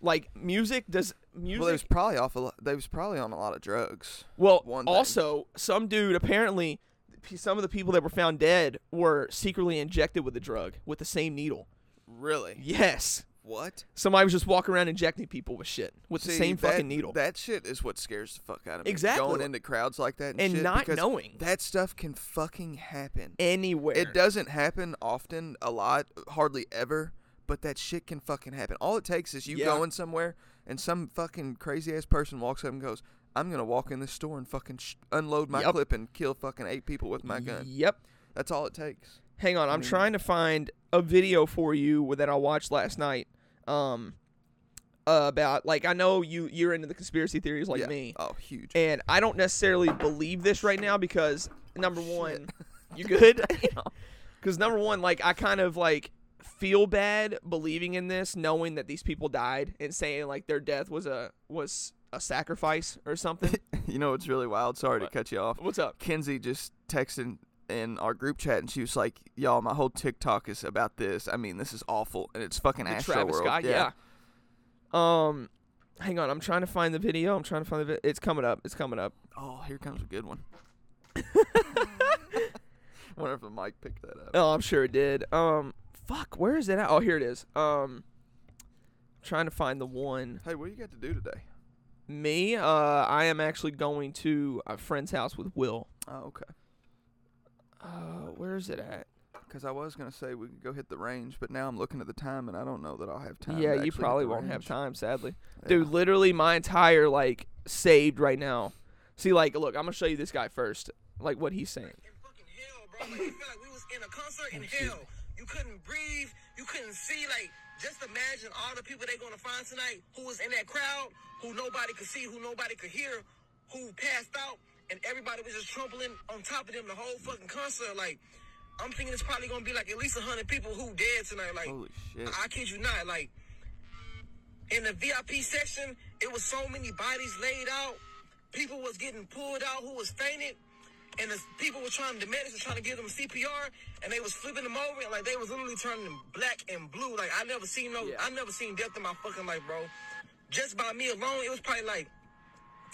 Like music does music.
Well, they was probably off. A lo- they was probably on a lot of drugs.
Well,
one thing.
also, some dude apparently, p- some of the people that were found dead were secretly injected with the drug with the same needle.
Really?
Yes,
What?
somebody was just walking around injecting people with shit with the
See,
same
that-
fucking needle.
That shit is what scares the fuck out of me.
Exactly.
Going into crowds like that and,
And
shit,
not
because
knowing.
that stuff can fucking happen.
anywhere.
It doesn't happen often, a lot, hardly ever, but that shit can fucking happen. All it takes is you
Yeah.
going somewhere and some fucking crazy ass person walks up and goes, "I'm gonna walk in this store and fucking sh- unload my
Yup.
clip and kill fucking eight people with my gun."
Yep.
That's all it takes.
Hang on, I'm
Mm.
trying to find a video for you that I watched last night. Um, about like I know you you're into the conspiracy theories like
yeah.
me,
Oh, huge.
and I don't necessarily believe this right now because number one, you good? Because number one, like I kind of like feel bad believing in this, knowing that these people died and saying like their death was a was a sacrifice or something.
you know what's really wild? Sorry to cut you off.
What's up?
Kenzie just texted in our group chat and she was like, "Y'all, my whole TikTok is about this. I mean, this is awful, and it's fucking
the
Astro
Travis
World.
guy. Yeah. Um, hang on. I'm trying to find the video. I'm trying to find the. Vi- it's coming up. It's coming up.
Oh, here comes a good one. Wonder if the mic picked that up.
Oh, I'm sure it did. Um, fuck. Where is it at? Oh, here it is. Um, trying to find the one.
Hey, what do you got to do today?
Me, uh, I am actually going to a friend's house with Will.
Oh, okay.
Uh, where is it at?
Because I was gonna say we could go hit the range, but now I'm looking at the time and I don't know that I'll have time. to
yeah,
actually
you
hit
probably
the
won't have
range.
time, sadly.
Yeah.
Dude, literally my entire like saved right now. See, like, look, I'm gonna show you this guy first, like what he's saying.
in fucking hell, bro. Like, it felt like we was in a concert in hell. You couldn't breathe. You couldn't see. Like, just imagine all the people they're gonna find tonight who was in that crowd, who nobody could see, who nobody could hear, who passed out, and everybody was just trampling on top of them the whole fucking concert. Like, I'm thinking it's probably gonna be like at least hundred people who dead tonight. Like,
Holy shit.
I kid you not. Like in the VIP section, it was so many bodies laid out. People was getting pulled out who was fainted, and the people were trying the medics were trying to give them CPR, and they was flipping them over, and like they was literally turning them black and blue. Like I never seen no,
Yeah.
I never seen death in my fucking life, bro. Just by me alone, it was probably like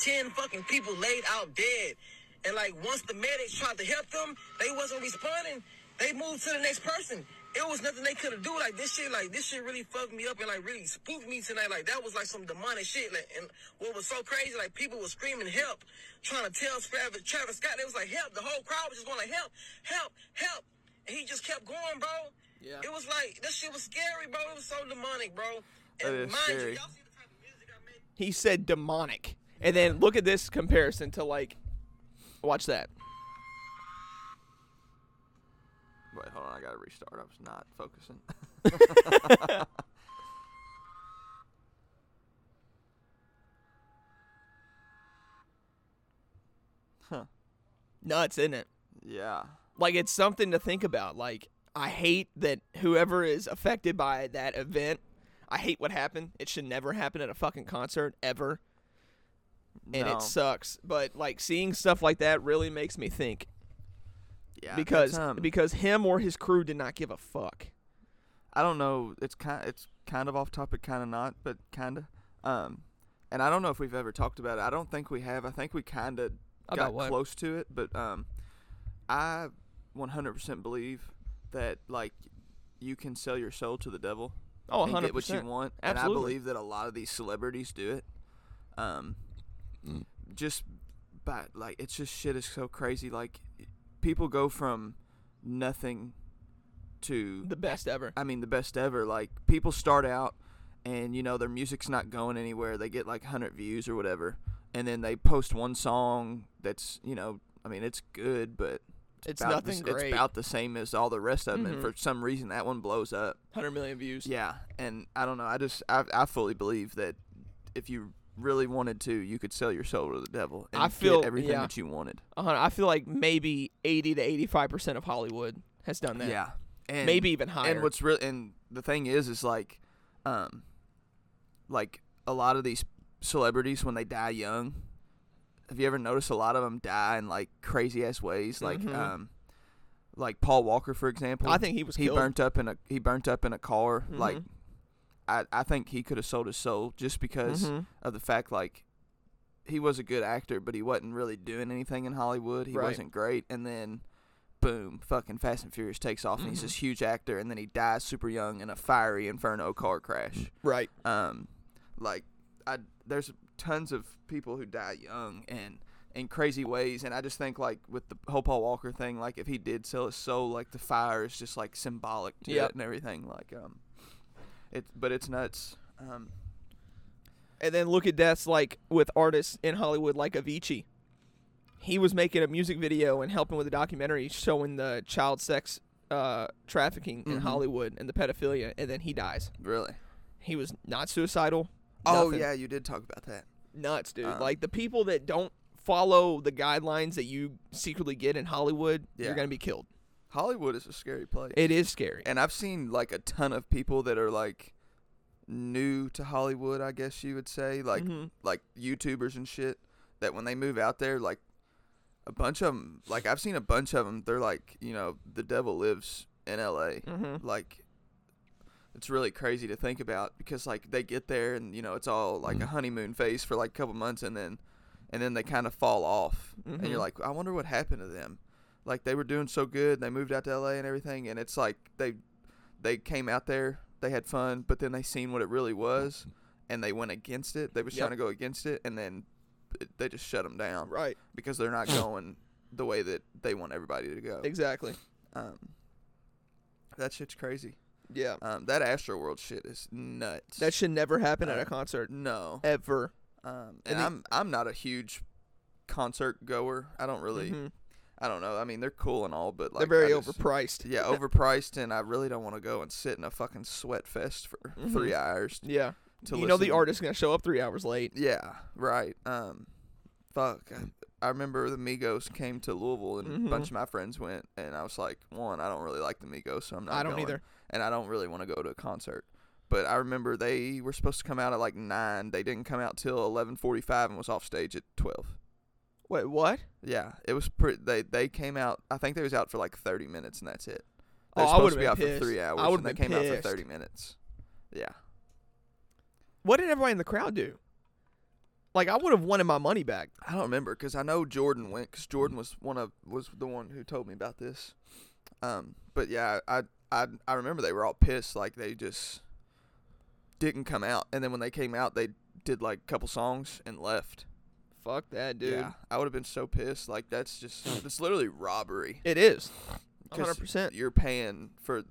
10 fucking people laid out dead. And like once the medics tried to help them, they wasn't responding. They moved to the next person. It was nothing they could have do. Like this shit, like this shit really fucked me up and like really spooked me tonight. Like that was like some demonic shit. Like and what was so crazy, like people were screaming help, trying to tell Travis, Travis Scott. They was like help. The whole crowd was just going like help, help, help. And he just kept going, bro.
Yeah.
It was like this shit was scary, bro. It was so demonic, bro.
That
And
is
mind
scary.
you, y'all see the type of music I make.
He said demonic, and then look at this comparison to like, watch that.
Wait, hold on. I gotta restart. I was not focusing.
Nuts, isn't it?
yeah.
like it's something to think about like i hate that whoever is affected by that event i hate what happened it should never happen at a fucking concert ever and
no.
it sucks but like seeing stuff like that really makes me think
yeah,
because
it's, um,
because him or his crew did not give a fuck
I don't know. It's kind. It's kind of off topic, kind of not, but kind of. Um, and I don't know if we've ever talked about it. I don't think we have. I think we kind of
About
got
what?
close to it, but um, I 100% believe that like you can sell your soul to the devil
oh
and
100%
get what you want. And I
Absolutely.
believe that a lot of these celebrities do it. Um, just but like it's just shit is so crazy. Like people go from nothing to
the best ever
I mean, the best ever. Like people start out, and you know their music's not going anywhere. They get like hundred views or whatever, and then they post one song that's you know, I mean, it's good, but
It's
about
nothing
the, s-
great.
It's about the same as all the rest of them,
Mhm.
and for some reason that one blows up.
100 million views
Yeah, and I don't know. I just I, I fully believe that if you really wanted to, you could sell your soul to the devil and
I feel-
get everything
yeah.
that you wanted.
A hundred- i feel like maybe 80 to 85% of hollywood has done that
Yeah, and
maybe even higher
And what's real and the thing is is like um like a lot of these celebrities when they die young have you ever noticed a lot of them die in like crazy ass ways like
Mhm.
um like Paul Walker for example
i think he was
he
killed.
burnt up in a he burnt up in a car like
Mhm.
I I think he could have sold his soul just because
Mhm.
of the fact like he was a good actor, but he wasn't really doing anything in Hollywood. He
Right.
wasn't great, and then boom, fucking Fast and Furious takes off, and he's
Mhm.
this huge actor, and then he dies super young in a fiery inferno car crash.
right
Um, like I there's tons of people who die young and in crazy ways, and I just think like with the whole Paul Walker thing, like if he did sell his soul, like the fire is just like symbolic to
Yep.
it and everything. Like um, it's but it's nuts. Um,
And then look at deaths like with artists in Hollywood like Avicii. He was making a music video and helping with a documentary showing the child sex uh, trafficking in
Mhm.
Hollywood and the pedophilia, and then he dies.
really.
He was not suicidal.
Oh
nothing.
yeah, you did talk about that.
nuts, dude.
Um,
like the people that don't follow the guidelines that you secretly get in Hollywood,
Yeah.
you're gonna be killed.
Hollywood is a scary place.
It is scary.
and I've seen like a ton of people that are like new to Hollywood, I guess you would say, like
Mhm.
like YouTubers and shit that when they move out there like a bunch of them, like I've seen a bunch of them, they're like, you know, the devil lives in LA.
Mhm.
Like it's really crazy to think about because like they get there and you know, it's all
Mm-hmm.
like a honeymoon phase for like a couple months and then and then they kind of fall off and
Mhm.
you're like, I wonder what happened to them. Like they were doing so good, and they moved out to LA and everything, and it's like they they came out there, they had fun, but then they seen what it really was, and they went against it. They was
Yep.
trying to go against it, and then it- they just shut them down
Right.
because they're not going the way that they want everybody to go.
Exactly.
Um, that shit's crazy.
Yeah.
Um, that Astro World shit is nuts.
That should never happen at a
Um,
concert
no.
ever.
Um,
And
and
the-
I'm I'm not a huge concert goer. I don't really.
Mhm.
I don't know. I mean, they're cool and all, but like
They're very
I just-
overpriced.
Yeah, overpriced, and I really don't want to go and sit in a fucking sweat fest for
Mhm.
three hours.
Yeah.
To
you know the
listen.
artist's gonna show up three hours late.
Yeah, right. Um, fuck. I, I remember the Migos came to Louisville, and
Mm-hmm.
a bunch of my friends went, and I was like, one, I don't really like the Migos, so I'm not.
I don't
going,
either.
and I don't really want to go to a concert. But I remember they were supposed to come out at like nine. They didn't come out till eleven forty-five, and was off stage at twelve.
Wait, what?
Yeah, it was pretty. They they came out. I think they was out for like thirty minutes, and that's it. They
Oh,
were
I
supposed
would've
to be out
been
for three
pissed. I
hours,
would've
and they
been
came out for
pissed.
thirty minutes. Yeah,
What did everybody in the crowd do? Like I would have wanted my money back.
I don't remember because I know Jordan went because Jordan was one of was the one who told me about this. Um, but yeah, I I I remember they were all pissed, like they just didn't come out, and then when they came out, they did like a couple songs and left.
Fuck that, dude.
Yeah, I would have been so pissed. Like that's just it's literally robbery.
It is.
'cause
100%.
You're paying for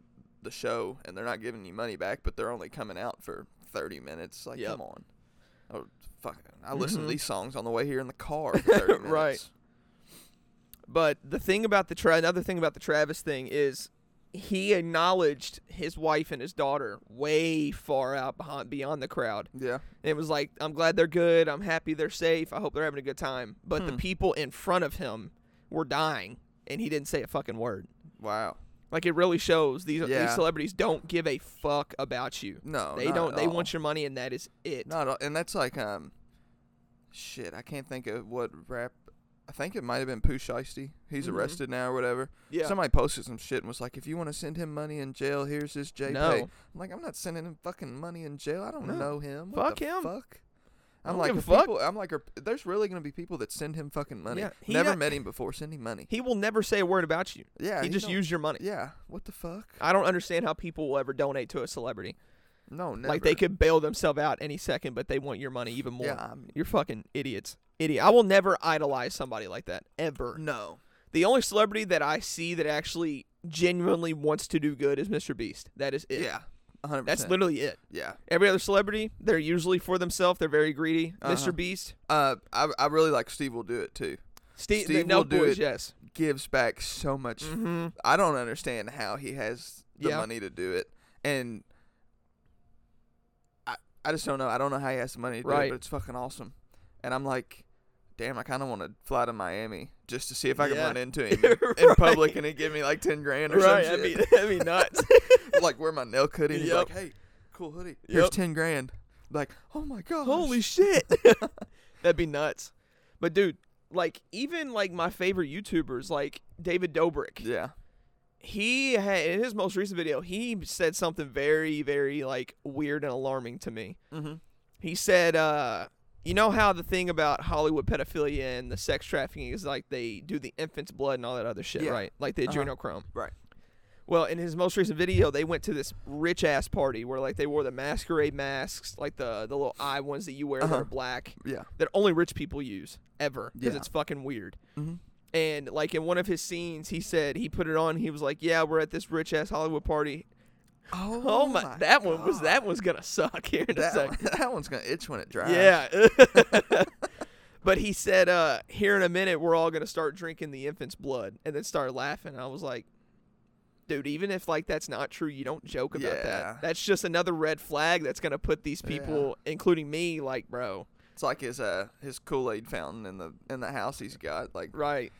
the show, and they're not giving you money back, but they're only coming out for thirty minutes. Like,
Yep.
come on. Oh, fuck. I listen
Mhm.
to these songs on the way here in the car for thirty minutes.
Right. But the thing about the tra- another thing about the Travis thing is he acknowledged his wife and his daughter way far out behind beyond the crowd.
Yeah.
And it was like, I'm glad they're good. I'm happy they're safe. I hope they're having a good time. But the
Hmm.
people in front of him were dying, and he didn't say a fucking word.
Wow.
Like it really shows these these
Yeah.
celebrities don't give a fuck about you.
No,
they
not
don't.
at
They
all.
want your money, and that is it.
Not at all. and that's like um, shit. I can't think of what rap. I think it might have been Pooh Shiesty. He's
Mhm.
arrested now or whatever.
yeah.
Somebody posted some shit and was like, "If you want to send him money in jail, here's his JPay."
No.
I'm like, I'm not sending him fucking money in jail. I don't
No.
know him. What
Fuck
the
him.
Fuck.
I
I'm
don't
like,
give a
if
fuck.
people- I'm like, are, there's really gonna be people that send him fucking money.
Yeah, he
Never
not-
met him before. Send him money.
he will never say a word about you.
yeah.
he, just
don't-
used your money.
Yeah. What the fuck?
I don't understand how people will ever donate to a celebrity.
No. Never.
Like they could bail themselves out any second, but they want your money even more.
Yeah. I'm-
You're fucking idiots. Idiot. I will never idolize somebody like that ever.
no.
The only celebrity that I see that actually genuinely wants to do good is Mr. Beast. That is it.
Yeah. 100.
That's literally it.
Yeah.
Every other celebrity, they're usually for themselves. They're very greedy.
Uh-huh.
Mr. Beast,
Uh, I I really like Steve will do it too.
Steve,
Steve
no
will do
boys,
it.
yes.
Gives back so much.
Mm-hmm.
I don't understand how he has the
Yeah.
money to do it, and I I just don't know. I don't know how he has the money to do
Right.
it, but it's fucking awesome. And I'm like, damn, I kind of want to fly to Miami just to see if I can
Yeah.
run into him in, in public and he give me like ten grand or
Right,
some
that'd be,
shit.
that'd be nuts.
like wear my nail hoodie. and he's
Yep.
Like, hey, cool hoodie.
Yep.
Here's ten grand. Like, oh my god.
Holy shit. That'd be nuts. But dude, like even like my favorite YouTubers, like David Dobrik,
yeah.
he had in his most recent video, he said something very, very like weird and alarming to me.
Mm-hmm.
He said, uh, you know how the thing about Hollywood pedophilia and the sex trafficking is like they do the infant's blood and all that other shit,
Yeah.
right? Like the
Uh-huh.
adrenochrome.
Right.
Well, in his most recent video, they went to this rich ass party where like they wore the masquerade masks, like the the little eye ones that you wear that
Uh-huh.
are black
Yeah.
that only rich people use ever because
Yeah.
it's fucking weird.
Mhm.
And like in one of his scenes, he said he put it on. He was like, "Yeah, we're at this rich ass Hollywood party."
Oh,
Oh, my, that one was
God.
that one's gonna suck here in a
That,
second.
one, that one's gonna itch when it dries.
Yeah. but he said, uh, "Here in a minute, we're all gonna start drinking the infant's blood," and then started laughing. I was like. Dude, even if like that's not true, you don't joke about
Yeah.
that. That's just another red flag that's gonna put these people, including me, like, bro,
It's like his uh his Kool Aid fountain in the in the house he's got like
right?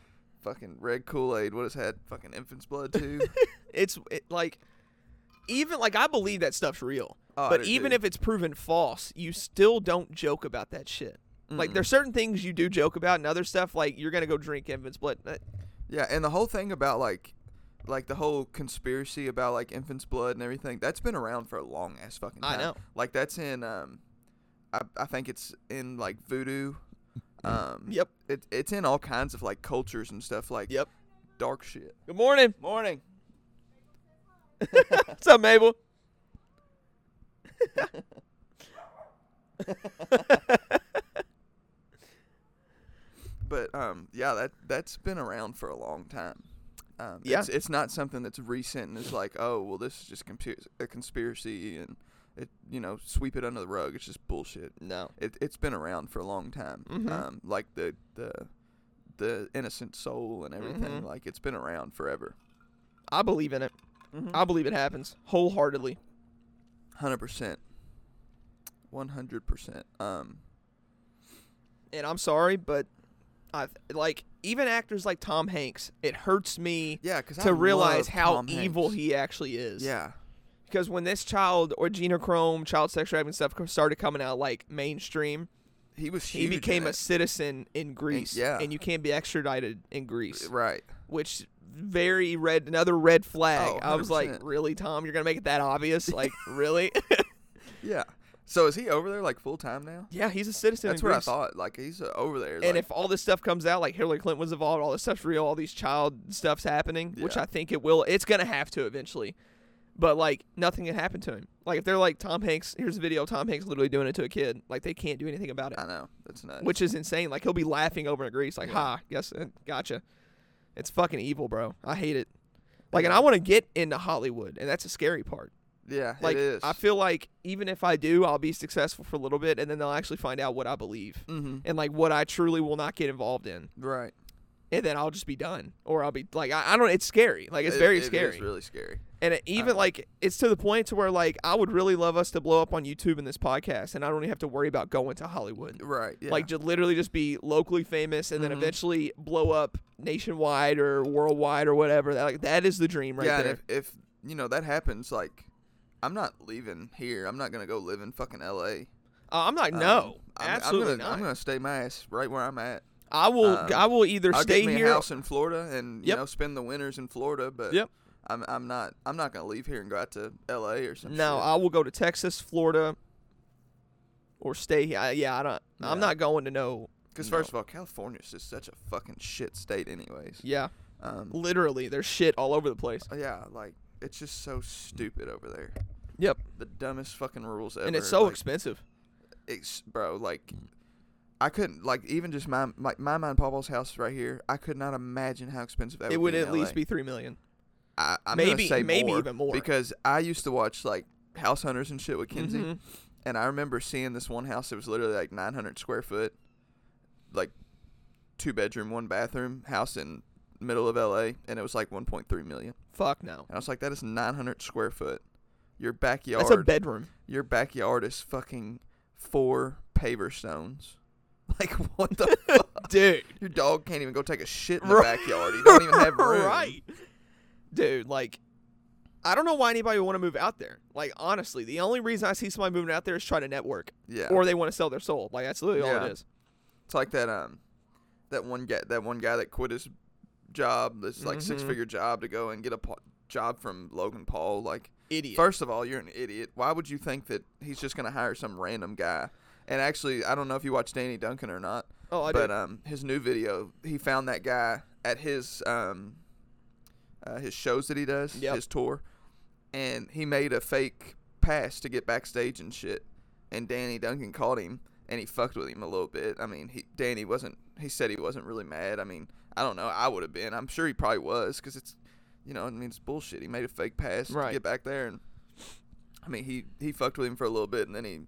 fucking red Kool Aid. What has had fucking infant's blood too?
it's it, like even like I believe that stuff's real.
Oh,
but
I do
even
too.
if it's proven false, you still don't joke about that shit. Like there's certain things you do joke about and other stuff like you're going to go drink infant's blood. Uh,
yeah, and the whole thing about like like the whole conspiracy about like infant's blood and everything that's been around for a long ass fucking
I
time.
know.
Like that's in um, I I think it's in like voodoo. Um,
Yep.
It, it's in all kinds of like cultures and stuff like
Yep.
dark shit.
Good morning.
Morning.
What's up, Mabel?
But um, yeah, that that's been around for a long time. Um,
Yeah.
it's, it's not something that's recent and it's like, oh, well, this is just compu- a conspiracy and it, you know, sweep it under the rug. It's just bullshit.
No.
It, it's been around for a long time.
Mhm.
Um, like the the the innocent soul and everything.
Mhm.
Like it's been around forever.
I believe in it.
Mm-hmm.
I believe it happens wholeheartedly.
Hundred percent. One hundred percent. Um.
And I'm sorry, but I like even actors like Tom Hanks. It hurts me
Yeah, because
to realize how evil he actually is.
Yeah.
Because when this child or Gina Chrome child sex trafficking stuff co- started coming out like mainstream,
He was.
he
huge in
became a
it.
citizen in Greece.
yeah.
And you can't be extradited in Greece.
right.
which very red another red flag.
Oh,
I was like,
100%.
really, Tom? You're gonna make it that obvious? Like, really?
Yeah. So is he over there like full time now?
yeah, he's a citizen.
That's
in
what I
Greece.
thought. Like he's uh, over there.
And
like-
if all this stuff comes out, like Hillary Clinton was involved, all this stuff's real, all these child stuff's happening, which
Yeah.
I think it will. It's gonna have to eventually. But like nothing can happen to him. Like if they're like Tom Hanks, here's a video of Tom Hanks literally doing it to a kid. Like they can't do anything about it,
I know that's nuts.
which is insane. Like he'll be laughing over in Greece, like
Uh, Yeah.
ha, yes, uh, gotcha. It's fucking evil, bro. I hate it. Like, and I want to get into Hollywood, and that's a scary part.
yeah,
Like
it is.
I feel like even if I do, I'll be successful for a little bit, and then they'll actually find out what I believe
hmm
and like what I truly will not get involved in,
Right.
and then I'll just be done, or I'll be like I, I don't. It's scary. Like it's
It-
very
it is
scary,
really scary.
and it, even
Uh,
like it's to the point to where like I would really love us to blow up on YouTube in this podcast, and I don't even have to worry about going to Hollywood.
Right. Yeah.
Like just literally just be locally famous, and then
Mhm.
eventually blow up nationwide or worldwide or whatever. That like that is the dream right
yeah. and
there.
if, if you know that happens, like I'm not leaving here. I'm not gonna go live in fucking L.A.
Uh, I'm like
Um,
no,
I'm,
absolutely
I'm gonna,
not.
I'm gonna stay my ass right where I'm at.
I will.
Um,
I will either
I'll
stay
get me
here.
a house in Florida and you
Yep.
know spend the winters in Florida. But
Yep.
I'm I'm not I'm not gonna leave here and go out to L.A. or something.
No, I will go to Texas, Florida, or stay here. I, yeah, I don't. I'm
Yeah.
not going to no.
because
no.
first of all, California's just such a fucking shit state, anyways.
Yeah,
Um,
literally, there's shit all over the place.
Yeah, like it's just so stupid over there.
Yep,
The dumbest fucking rules ever.
and it's so Mm.
like,
expensive.
It's bro, like I couldn't like even just my my my mom and Papa's house right here. I could not imagine how expensive that
It would
would be in
at least
LA.
be three million.
I, I'm
maybe-
gonna say
maybe
more
even more.
because I used to watch like House Hunters and shit with Kinsey,
Mhm.
and I remember seeing this one house that was literally like 900 square foot, like two bedroom, one bathroom house in middle of LA, and it was like 1.3 million.
Fuck no.
And I was like, that is 900 square foot. Your backyard.
That's a bedroom.
your backyard is fucking four paver stones. Like what the fuck?
Dude.
Your dog can't even go take a shit in the
Right.
backyard. He don't even have room.
right. Dude, like, I don't know why anybody would want to move out there. Like, honestly, the only reason I see somebody moving out there is trying to network,
Yeah.
or they want to sell their soul. Like, that's literally all
Yeah.
it is.
it's like that um that one guy that one guy that quit his job, this like
Mhm.
six figure job to go and get a pa- job from Logan Paul. Like
Idiot.
first of all, you're an idiot. Why would you think that he's just gonna hire some random guy? And actually, I don't know if you watch Danny Duncan or not.
oh, I
but
do.
um, his new video, he found that guy at his um, uh, his shows that he does,
Yep.
his tour, and he made a fake pass to get backstage and shit. And Danny Duncan caught him, and he fucked with him a little bit. I mean, he Danny wasn't. He said he wasn't really mad. I mean, I don't know. I would have been. I'm sure he probably was, because it's, you know, I mean, it's bullshit. He made a fake pass
Right.
to get back there, and I mean, he he fucked with him for a little bit, and then he,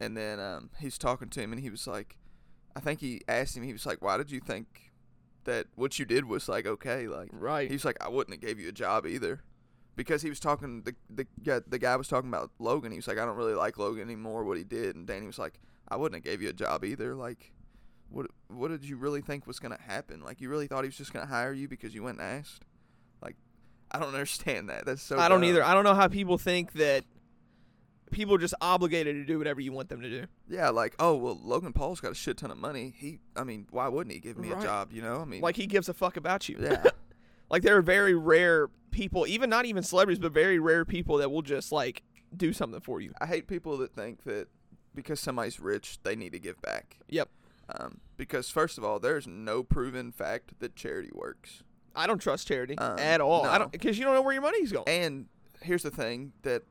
and then um, he's talking to him, and he was like, I think he asked him. He was like, "Why did you think that what you did was like okay?" Like
right.
he was like, "I wouldn't have gave you a job either," because he was talking. The the guy, the guy was talking about Logan. He was like, "I don't really like Logan anymore. What he did." And Danny was like, "I wouldn't have gave you a job either. Like, what what did you really think was gonna happen? Like, you really thought he was just gonna hire you because you went and asked? Like, I don't understand that. That's so.
I don't
dumb.
either. I don't know how people think that people are just obligated to do whatever you want them to do.
Yeah, like, oh well, Logan Paul's got a shit ton of money. He, I mean, why wouldn't he give me
Right.
a job? You know, I mean,
Like he gives a fuck about you.
yeah.
Like there are very rare people, even not even celebrities, but very rare people that will just like do something for you.
I hate people that think that because somebody's rich, they need to give back.
Yep.
Um, because first of all, there's no proven fact that charity works.
I don't trust charity
Um,
at all. I
no.
don't because you don't know where your money's going.
And here's the thing that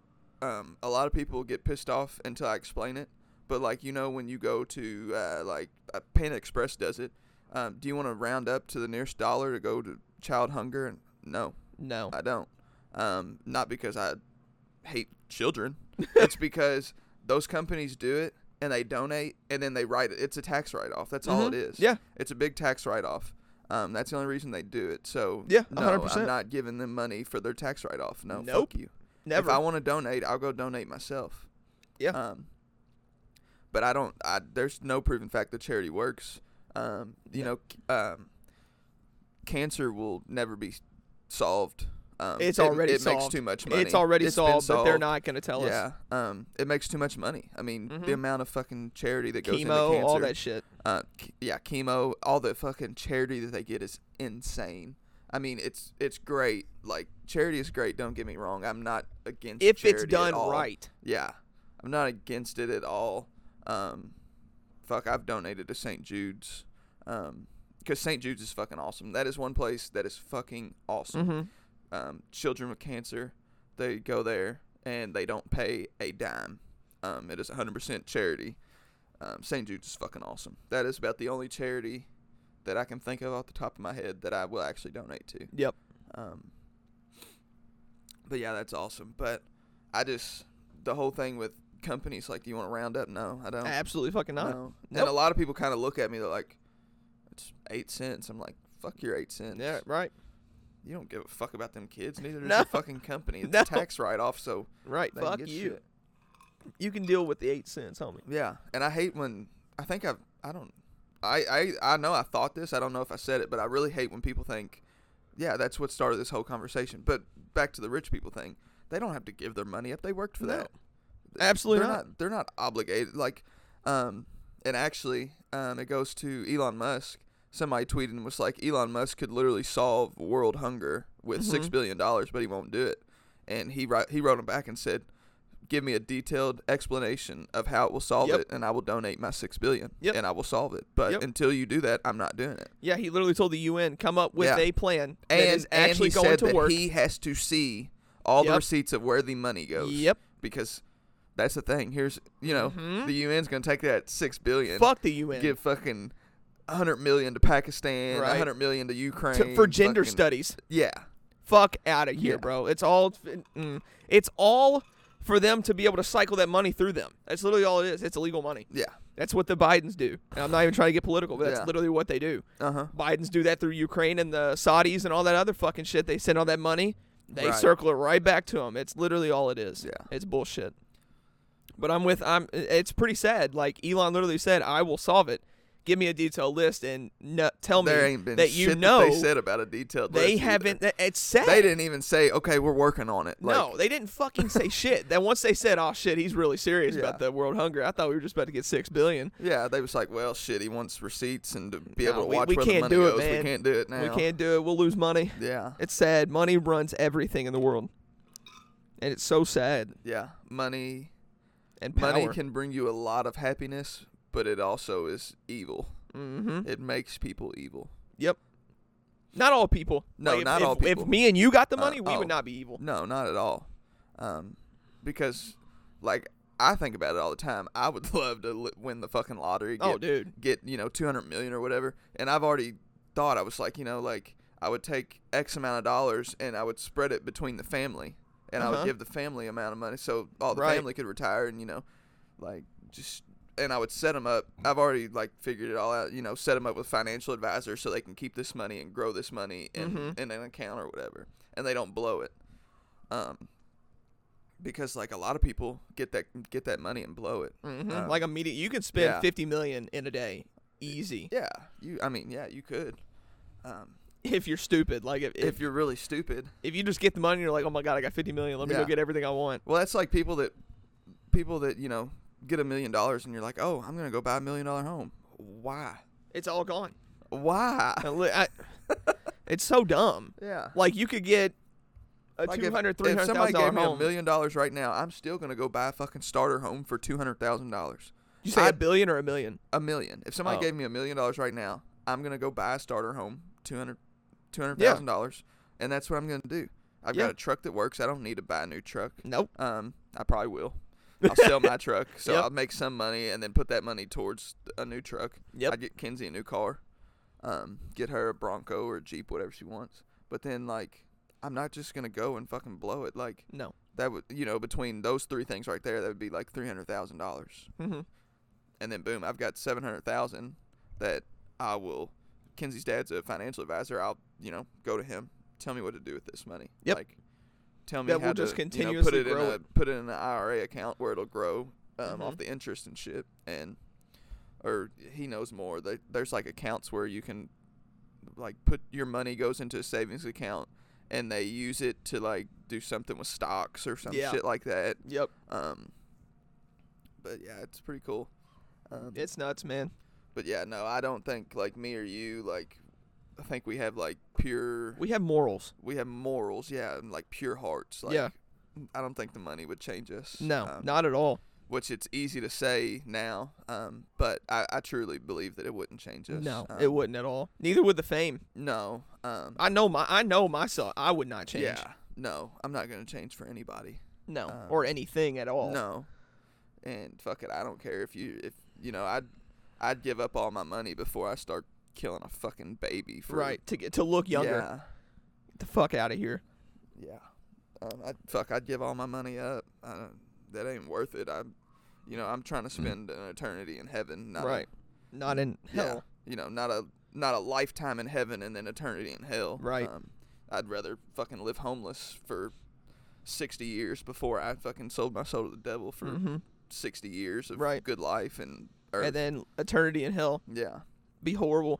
um, a lot of people get pissed off until I explain it. But like you know, when you go to uh, like uh, Panda Express does it, um, do you want to round up to the nearest dollar to go to child hunger? And no,
No.
I don't. Um, not because I hate children. it's because those companies do it and they donate and then they write it. It's a tax write off. That's all it
Mhm.
is.
Yeah.
It's a big tax write off. Um, that's the only reason they do it. So
Yeah,
no,
100%.
I'm not giving them money for their tax write off. No,
Nope.
fuck you.
Never.
If I want to donate, I'll go donate myself.
Yeah.
Um, but I don't. I there's no proven fact that charity works. Um, you know, c- um, cancer will never be s- solved. Um,
It's
it-
already
it
solved.
makes too much money.
it's already
It's been
solved, but they're
solved.
not going to tell
yeah,
us.
um, it makes too much money. I mean,
Mhm.
the amount of fucking charity that goes into
Chemo,
cancer,
all that shit.
uh, ch- yeah, chemo, all the fucking charity that they get is insane. I mean, it's it's great. Like charity is great. Don't get me wrong. I'm not against
If
charity
it's
at
done
all.
right.
Yeah, I'm not against it at all. Um, fuck, I've donated to St. Jude's, um, because St. Jude's is fucking awesome. That is one place that is fucking awesome.
Mm-hmm.
Um, children with cancer, they go there and they don't pay a dime. Um, it is 100% charity. Um, St. Jude's is fucking awesome. That is about the only charity that I can think of off the top of my head that I will actually donate to.
Yep.
Um, but yeah, that's awesome. But I just the whole thing with companies like, do you want to round up? No, I don't.
Absolutely fucking not.
No.
Nope.
And a lot of people kind of look at me. They're like, it's eight cents. I'm like, fuck your eight cents.
Yeah, right.
You don't give a fuck about them kids. Neither does
No.
the fucking company. It's
No.
a tax write off. So
Right.
they
Fuck
can
you.
get shit.
You can deal with the eight cents, homie.
Yeah, and I hate when I think I've I don't I, I I know I thought this. I don't know if I said it, but I really hate when people think, yeah, that's what started this whole conversation. But back to the rich people thing, they don't have to give their money up. They worked for
No.
that.
Absolutely
they're
not.
They're not obligated. Like, um, and actually, um, it goes to Elon Musk. Somebody tweeted and was like, Elon Musk could literally solve world hunger with $6
Mm-hmm.
billion dollars, but he won't do it. And he wrote he wrote him back and said, "Give me a detailed explanation of how it will solve
Yep.
it, and I will donate my six billion,
Yep.
and I will solve it. But
Yep.
until you do that, I'm not doing it."
Yeah, he literally told the UN come up with
Yeah.
a plan
And
that is actually
and he
going
said
to
that
work.
he has to see all the
Yep.
receipts of where the money goes.
Yep.
because that's the thing. Here's you know
Mhm.
the UN's gonna take that six billion,
Fuck the UN
give fucking hundred million to Pakistan, a
Right.
hundred million to Ukraine
To- for gender
fucking-
studies.
Yeah,
Fuck out of here,
Yeah.
bro. It's all mm, it's all for them to be able to cycle that money through them. That's literally all it is. It's illegal money.
yeah,
That's what the Bidens do. And I'm not even trying to get political, but that's
Yeah.
literally what they do.
uh huh,
Bidens do that through Ukraine and the Saudis and all that other fucking shit. They send all that money. They
Right.
circle it right back to them. It's literally all it is.
Yeah.
It's bullshit. But I'm with I'm it's pretty sad. Like Elon literally said, "I will solve it. Give me a detailed list and no, tell
there
me
ain't been
that
shit
you
that
know
they said about a detailed.
they
list either.
haven't that- it's sad.
They didn't even say okay, we're working on it. Like,
no, they didn't fucking say shit. Then once they said, "Oh shit, he's really serious
Yeah.
about the world hunger." I thought we were just about to get 6 billion.
Yeah, they was like, well, shit, he wants receipts and to be
No,
able to
we-
watch
we
where
can't
the money
do it,
goes.
man.
We can't do it now.
We can't do it. We'll lose money.
Yeah,
It's sad. Money runs everything in the world. And it's so sad.
yeah, money.
And power.
Money can bring you a lot of happiness, but it also is evil.
hmm
It makes people evil.
Yep. Not all people.
No,
Like, if-
not
if,
all people.
If me and you got the
Uh,
money, we
oh.
would not be evil.
No, not at all. Um, because like I think about it all the time. I would love to li- win the fucking lottery. Get,
Oh, dude.
get you know two hundred million or whatever. And I've already thought I was like you know like I would take X amount of dollars and I would spread it between the family, and I
Uh-huh.
would give the family amount of money so all the
Right.
family could retire and you know like just. And I would set them up. I've already like figured it all out. You know, set them up with financial advisors so they can keep this money and grow this money in,
Mhm.
in an account or whatever, and they don't blow it. Um, because like a lot of people get that get that money and blow it.
hmm
Um,
like immediate, you can spend
yeah.
fifty million in a day, easy.
Yeah, you. I mean, yeah, you could. Um,
If you're stupid, like if,
if
if
you're really stupid,
if you just get the money, and you're like, oh my god, I got fifty million. Let me go
Yeah.
get everything I want.
well, that's like people that people that you know get a million dollars and you're like, oh, I'm gonna go buy a million dollar home. Why?
It's all gone.
Why?
And li- I- it's so dumb.
Yeah.
Like you could get a
Like
two
if,
hundred, three
if
hundred
somebody
thousand
gave
dollar
me
home.
a million dollars right now, I'm still gonna go buy a fucking starter home for two hundred thousand dollars.
you say a
I'd-
billion or a million?
A million. If somebody
Oh.
gave me a million dollars right now, I'm gonna go buy a starter home, two hundred, two hundred
Yeah.
thousand dollars, and that's what I'm gonna do. I've
Yeah.
got a truck that works. I don't need to buy a new truck.
Nope.
Um, I probably will. I'll sell my truck, so
Yep.
I'll make some money and then put that money towards a new truck.
Yep.
I get Kenzie a new car, um, get her a Bronco or a Jeep, whatever she wants. But then like, I'm not just gonna go and fucking blow it. Like
No.
that would you know between those three things right there, that would be like three hundred thousand dollars.
Mm-hmm.
and then boom, I've got seven hundred thousand that I will. Kenzie's dad's a financial advisor. I'll you know go to him. Tell me what to do with this money.
Yep.
Like, tell me
That
how
will
to
just
you know, put
continuously
it
grow
in a put it in an IRA account where it'll grow um,
Mhm.
off the interest and shit. And or he knows more. They, there's like accounts where you can like put your money goes into a savings account and they use it to like do something with stocks or some
Yeah.
shit like that.
Yep.
Um, but yeah, it's pretty cool. Um,
It's nuts, man.
but yeah, no, I don't think like me or you like. I think we have like pure.
We have morals.
We have morals, yeah, and like pure hearts. Like,
Yeah.
I don't think the money would change us.
No,
um,
not at all.
Which it's easy to say now, um, but I, I truly believe that it wouldn't change us.
no,
um,
it wouldn't at all. Neither would the fame.
No, um,
I know my. I know myself. I would not change.
yeah, no, I'm not gonna change for anybody.
No,
Um,
or anything at all.
No. And fuck it, I don't care if you if you know, I'd I'd give up all my money before I start killing a fucking baby for
Right to get to look younger. Get the fuck out of here.
Yeah. Yeah. Um, I fuck, I'd give all my money up. I don't, that ain't worth it. I'm you know, I'm trying to spend an eternity in heaven, not a-
right. Not in
Uh, yeah,
hell.
you know, not a not a lifetime in heaven and then eternity in hell.
Right.
Um, I'd rather fucking live homeless for 60 years before I fucking sold my soul to the devil for
hmm
60 years of
Right.
good life and earth.
And then eternity in hell
yeah.
be horrible.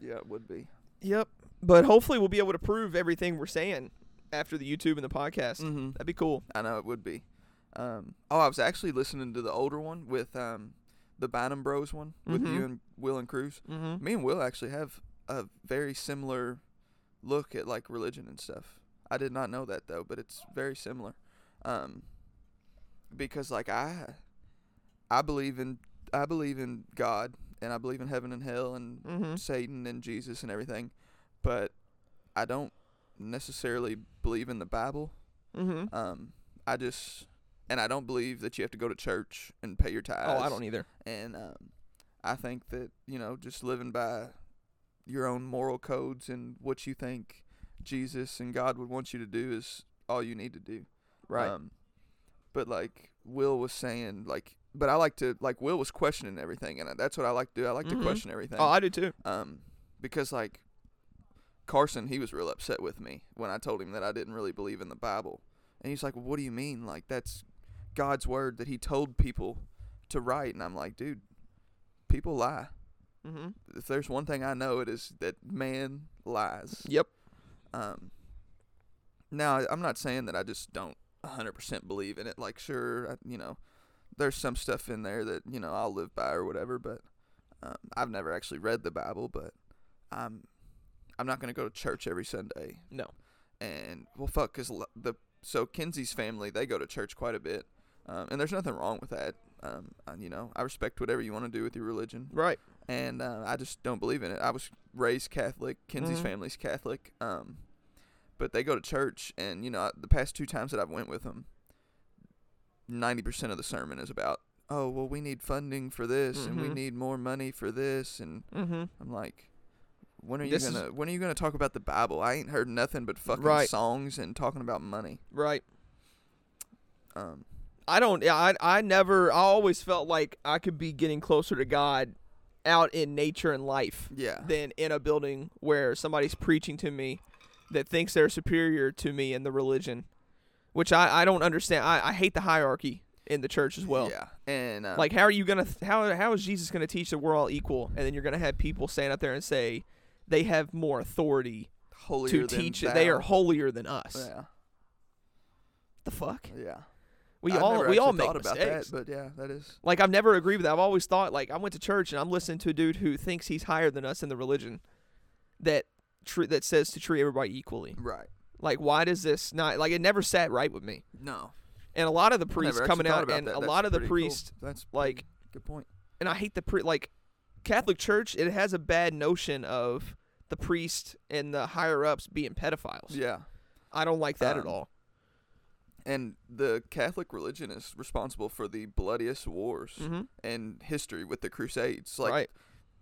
Yeah, it would be.
Yep. But hopefully we'll be able to prove everything we're saying after the YouTube and the podcast.
Mm-hmm.
That'd be cool.
I know it would be. Um, oh, I was actually listening to the older one with um, the Bynum Bros one with
Mhm.
you and Will and Cruz.
Mm-hmm.
Me and Will actually have a very similar look at like religion and stuff. I did not know that though, but it's very similar. Um, because like I, I believe in I believe in God and I believe in heaven and hell and
Mm-hmm.
Satan and Jesus and everything, but I don't necessarily believe in the Bible.
Mm-hmm.
Um, I just and I don't believe that you have to go to church and pay your tithes.
Oh, I don't either.
And um, I think that you know just living by your own moral codes and what you think Jesus and God would want you to do is all you need to do.
Right.
Um, but like Will was saying, like, but I like to like Will was questioning everything, and that's what I like to do. I like
Mhm.
to question everything
oh, I do too.
um, because like Carson, he was real upset with me when I told him that I didn't really believe in the Bible, and he's like, well, "What do you mean? Like that's God's word that He told people to write?" And I'm like, "Dude, people lie.
Mm-hmm.
If there's one thing I know, it is that man lies."
Yep.
Um, now I- I'm not saying that I just don't 100% believe in it. Like, sure, I, you know, there's some stuff in there that you know I'll live by or whatever. But um, I've never actually read the Bible. But I'm I'm not gonna go to church every Sunday.
No.
And well, fuck, cause l- the so Kenzie's family they go to church quite a bit, um, and there's nothing wrong with that. Um, and, you know, I respect whatever you want to do with your religion
Right.
and uh, I just don't believe in it. I was raised Catholic. Kenzie's
Mhm.
family's Catholic, um, but they go to church, and you know, the past two times that I've went with them, ninety percent of the sermon is about, oh well, we need funding for this, and we
Mhm.
need more money for this, and
Mm-hmm.
I'm like, when are you
This is-
gonna when are you gonna talk about the Bible? I ain't heard nothing but fucking
Right.
songs and talking about money.
Right.
Um,
I don't. yeah, I I never. I always felt like I could be getting closer to God out in nature and life
yeah,
than in a building where somebody's preaching to me that thinks they're superior to me in the religion, which I I don't understand. I I hate the hierarchy in the church as well.
yeah, and uh,
Like, how are you gonna? th- How how is Jesus gonna teach that we're all equal, and then you're gonna have people stand up there and say they have more authority
holier
to
than
teach? it. They
thou.
are holier than us.
Yeah,
The fuck?
yeah.
We
I've
all
never
we all
actually
make
thought about
mistakes.
that, but yeah, that is
Like I've never agreed with that. I've always thought like I went to church and I'm listening to a dude who thinks he's higher than us in the religion that tr- that says to treat everybody equally.
right.
Like why does this not like it never sat right with me.
No.
And a lot of the priests
Never actually
coming
thought
out
about
and
that.
a
That's
lot of the
pretty cool.
priests
That's
like
good point.
and I hate the pri- like Catholic Church it has a bad notion of the priest and the higher ups being pedophiles.
Yeah,
I don't like that at
Um,
all.
and the Catholic religion is responsible for the bloodiest wars
Mm-hmm.
in history with the Crusades. Like
right.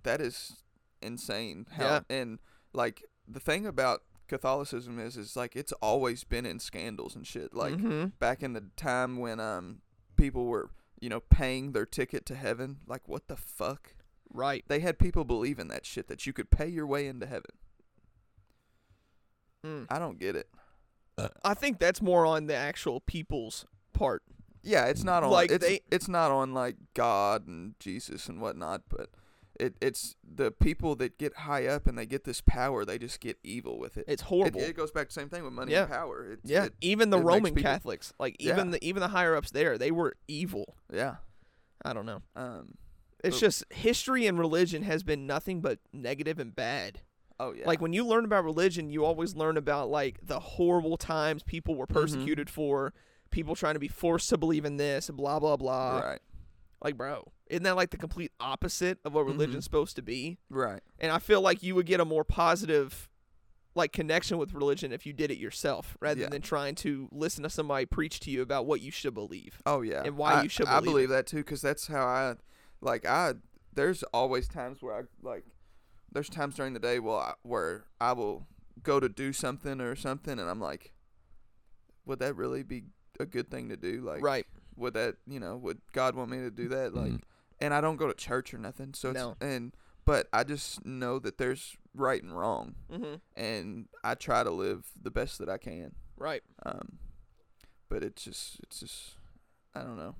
that is insane. How,
Yeah.
And like the thing about Catholicism is, is like it's always been in scandals and shit. Like
Mhm.
back in the time when um people were you know paying their ticket to heaven. Like what the fuck?
Right.
They had people believe in that shit that you could pay your way into heaven.
Mm.
I don't get it. Uh,
I think that's more on the actual people's part.
Yeah, it's not on
Like,
it's,
they-
it's not on like God and Jesus and whatnot, but it it's the people that get high up and they get this power, they just get evil with it.
It's
It,
horrible.
it goes back to the same thing with money and
Yeah.
power. It's,
yeah.
it-
even the
it makes
Roman
people-
Catholics, like even
Yeah.
the even the higher ups there, they were evil.
yeah.
I don't know.
Um.
It's
Oh.
just history and religion has been nothing but negative and bad.
Oh yeah.
Like when you learn about religion, you always learn about like the horrible times people
Mm-hmm.
were persecuted for, people trying to be forced to believe in this, blah blah blah.
right.
Like, bro, isn't that like the complete opposite of
Mm-hmm.
what religion's supposed to be?
Right.
And I feel like you would get a more positive like connection with religion if you did it yourself rather
Yeah.
than trying to listen to somebody preach to you about what you should believe.
Oh yeah.
and why
I,
you should
I
believe it.
believe that too, because that's how I, like I. There's always times where I like. There's times during the day where I, where I will go to do something or something, and I'm like, would that really be a good thing to do? Like,
right. Mm-hmm.
would that you know would God want me to do that? Like, and I don't go to church or nothing, so
No.
it's and but I just know that there's right and wrong,
Mhm.
and I try to live the best that I can.
Right.
Um, but it's just, it's just, I don't know.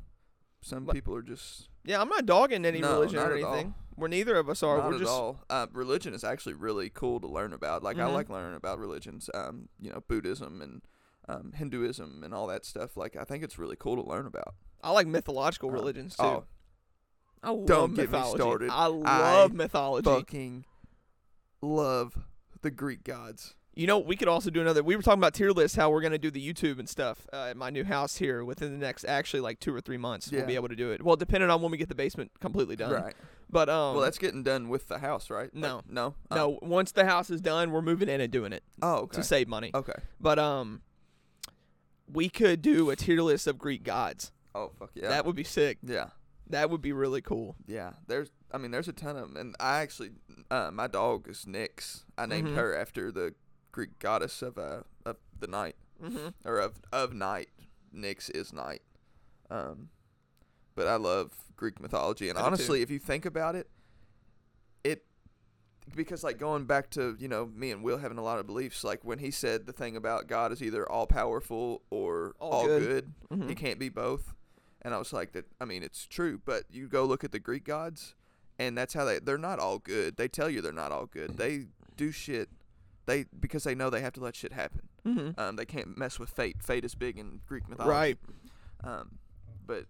Some
But-
people are just
Yeah, I'm not dogging any
No,
religion
not
or
at all.
anything. We're neither of us are.
not
We're
at
just
all. Uh, religion is actually really cool to learn about. Like I
Mhm.
like learning about religions. Um, you know, Buddhism and um, Hinduism and all that stuff. Like I think it's really cool to learn about.
I like mythological
Um,
religions too.
oh,
I love
don't get me
mythology.
started.
I love
I
mythology.
fucking love the Greek gods.
You know, we could also do another. We were talking about tier lists, how we're gonna do the YouTube and stuff uh, at my new house here within the next actually like two or three months. We'll
Yeah.
be able to do it. Well, depending on when we get the basement completely done.
Right.
But um,
well, that's getting done with the house, right? Like,
No.
no, Oh.
no. Once the house is done, we're moving in and doing it
Oh, okay.
to save money.
okay.
But um, we could do a tier list of Greek gods.
Oh, fuck yeah.
That would be sick.
yeah.
That would be really cool.
Yeah, there's. I mean, there's a ton of them, and I actually, uh, my dog is Nyx. I named
Mhm.
her after the Greek goddess of uh of the night
Mm-hmm.
or of of night. Nyx is night. Um, but I love Greek mythology, and
I do too.
honestly, if you think about it, it because like going back to you know me and Will having a lot of beliefs, like when he said the thing about God is either all powerful or
All
all,
good.
good,
Mhm.
it can't be both. And I was like, that. I mean, it's true, but you go look at the Greek gods, and that's how they they're not all good. They tell you they're not all good. They do shit. They because they know they have to let shit happen.
Mm-hmm.
Um, they can't mess with fate. Fate is big in Greek mythology.
Right.
Um, but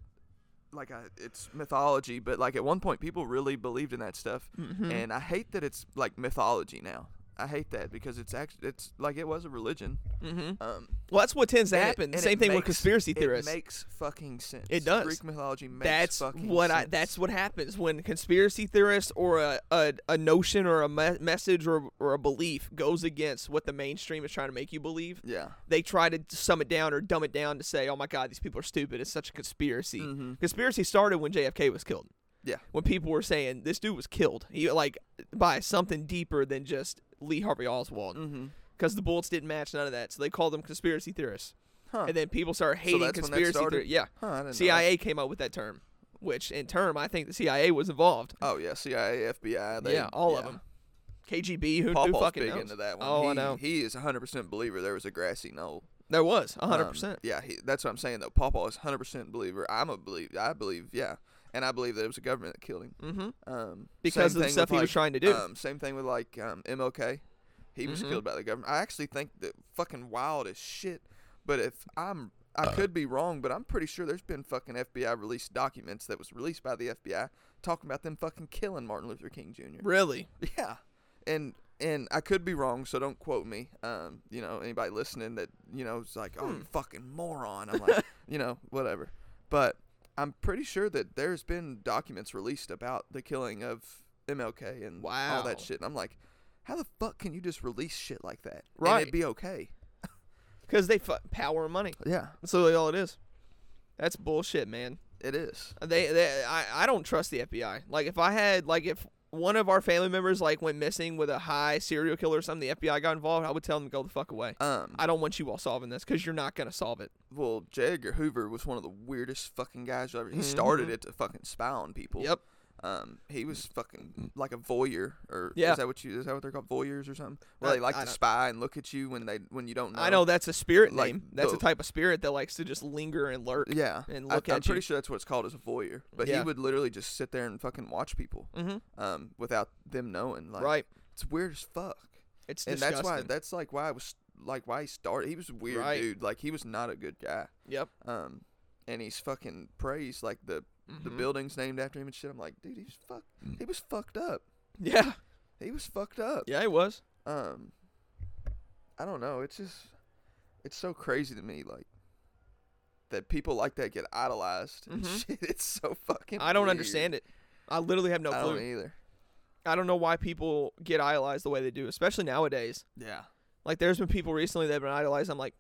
like I, it's mythology. But like at one point, people really believed in that stuff,
Mm-hmm.
and I hate that it's like mythology now. I hate that because it's actually it's like it was a religion.
Mm-hmm.
Um,
Well, that's what tends to
and it-
happen.
and
Same
it
thing with
makes-
conspiracy theorists.
It makes fucking sense.
It does.
Greek mythology makes
that's
fucking
what I.
sense.
That's what happens when conspiracy theorists or a, a, a notion or a me- message or, or a belief goes against what the mainstream is trying to make you believe.
yeah.
They try to sum it down or dumb it down to say, "Oh my God, these people are stupid. It's such a conspiracy."
Mhm.
Conspiracy started when JFK was killed.
Yeah.
When people were saying this dude was killed, he like by something deeper than just Lee Harvey Oswald,
Mm-hmm.
because the bullets didn't match none of that. So they called them conspiracy theorists.
Huh.
and then people started hating
that's when that
conspiracy
started?
theory. Yeah,
huh I didn't know that.
CIA came up with that term, which in term I think the CIA was involved.
Oh yeah, CIA, FBI. They,
yeah, all of
yeah.
them. KGB, who,
Paw
who
Paw's
fucking
big
knows?
into that one.
Oh,
he,
I know.
He is 100% believer there was a grassy knoll.
There was a hundred
Um,
percent.
Yeah, he, that's what I'm saying though. Paw Paw is 100% believer. I'm a believe. I believe. Yeah, and I believe that it was the government that killed him.
Mm-hmm.
Um,
Because
same
of the
thing
stuff
with,
he was
like,
trying to do.
Um, same thing with like um, MLK. He was
Mhm.
killed by the government. I actually think that fucking wild as shit. But if I'm, I could be wrong, but I'm pretty sure there's been fucking FBI released documents that was released by the FBI talking about them fucking killing Martin Luther King Jr.
Really?
Yeah, and and I could be wrong, so don't quote me. Um, you know, anybody listening that you know is like, oh,
Hmm.
you fucking moron. I'm like, you know, whatever. But I'm pretty sure that there's been documents released about the killing of MLK and all
Wow.
that shit. And I'm like, how the fuck can you just release shit like that? And
Right.
it'd be okay.
because they fu- power and money.
Yeah,
That's literally all it is. That's bullshit, man. Uh,
it is.
They, they I, I don't trust the FBI. Like if I had like if one of our family members like went missing with a high serial killer or something, the FBI got involved, I would tell them to go the fuck away.
Um,
I don't want you all solving this because you're not gonna solve it.
well, J. Edgar Hoover was one of the weirdest fucking guys you ever. He
Mm-hmm.
started it to fucking spy on people.
Yep.
Um, he was fucking like a voyeur, or
Mm. Yeah.
is that what you is that what they're called voyeurs or something? Where
I-
they like
I
to
don't-
spy and look at you when they when you don't know.
I know that's a spirit
Like,
name. That's a
the-
type of spirit that likes to just linger and lurk.
Yeah,
and
I,
look
I'm
at
pretty
you.
sure that's what it's called as a voyeur. But
Yeah. Mm-hmm.
he would literally just sit there and fucking watch people, um, without them knowing. Like,
right.
It's weird as fuck.
It's
and
disgusting.
that's why that's like why I was like why he started. He was a weird
Right.
dude. Like he was not a good guy.
Yep.
Um, and he's fucking praised. Like the the
Mhm.
building's named after him and shit. I'm like, dude, he was fuck. He was fucked up.
Yeah.
He was fucked up.
Yeah, it was.
Um, I don't know. It's just it's so crazy to me. Like that people like that get idolized and
Mhm.
shit. It's so fucking.
I don't
weird.
understand it. I literally have no
I
clue.
don't either.
I don't know why people get idolized the way they do, especially nowadays.
Yeah.
Like, there's been people recently that have been idolized. I'm like,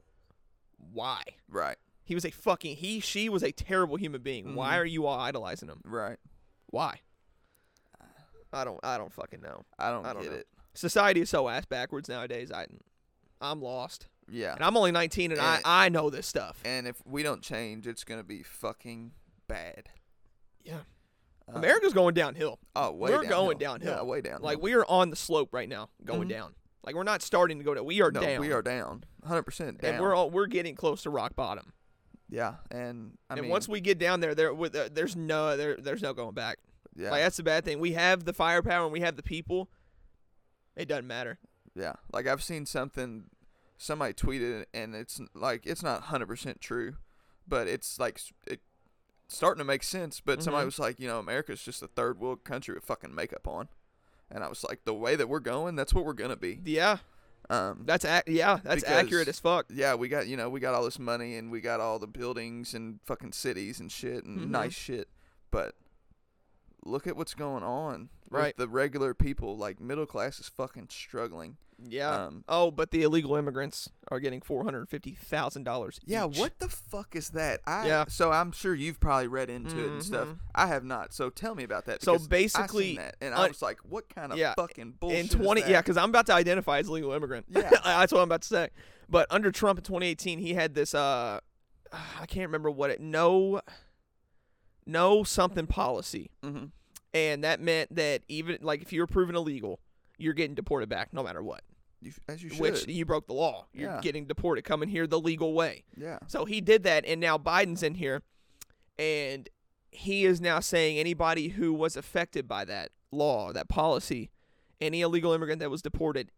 why?
Right.
He was a fucking he. She was a terrible human being.
Mm-hmm.
Why are you all idolizing him?
Right.
Why? I don't. I don't fucking know.
I don't,
I don't
get
know.
it.
Society is so ass backwards nowadays. I, I'm lost,
Yeah.
and I'm only 19, and I
And-
I know this stuff.
And if we don't change, it's gonna be fucking bad.
Yeah.
Uh,
America's going downhill.
Oh, way
we're going
Yeah,
downhill.
way down.
Like we are on the slope right now, going
Mhm.
down. Like we're not starting to go down. We are
no,
down.
we are down. Hundred percent down.
and we're all we're getting close to rock bottom.
yeah, and I
and
mean,
once we get down there, there with- uh, there's no there there's no going back.
yeah,
Like that's the bad thing. We have the firepower and we have the people. It doesn't matter.
yeah, like I've seen something somebody tweeted, it, and it's n- like it's not hundred percent true, but it's like s- it starting to make sense. But somebody
Mhm.
was like, you know, America's just a third world country with fucking makeup on, and I was like, the way that we're going, that's what we're gonna be.
Yeah,
Um,
that's ac yeah that's
Because-
accurate as fuck.
yeah, we got you know we got all this money and we got all the buildings and fucking cities and shit and
Mhm.
nice shit, but look at what's going on. with
Right.
the regular people like middle class is fucking struggling.
Yeah.
um,
oh, but the illegal immigrants are getting four hundred fifty thousand dollars.
Yeah, what the fuck is that? I,
Yeah.
So I'm sure you've probably read into it and stuff.
Mhm.
I have not. So tell me about that.
So
because I seen
basically,
that, and
un-
I was like, what kind of
yeah,
fucking bullshit?
in 20
is
yeah
that?
because i'm about to identify as a legal immigrant
Yeah.
that's what i'm about to say but under trump in 2018 he had this uh i can't remember what it no no something policy
Mhm.
and that meant that even like if you're proven illegal you're getting deported back no matter what
You, as you should.
which you broke the law you're
Yeah.
getting deported coming here the legal way
yeah.
so he did that, and now Biden's in here, and he is now saying anybody who was affected by that law, that policy, any illegal immigrant that was deported,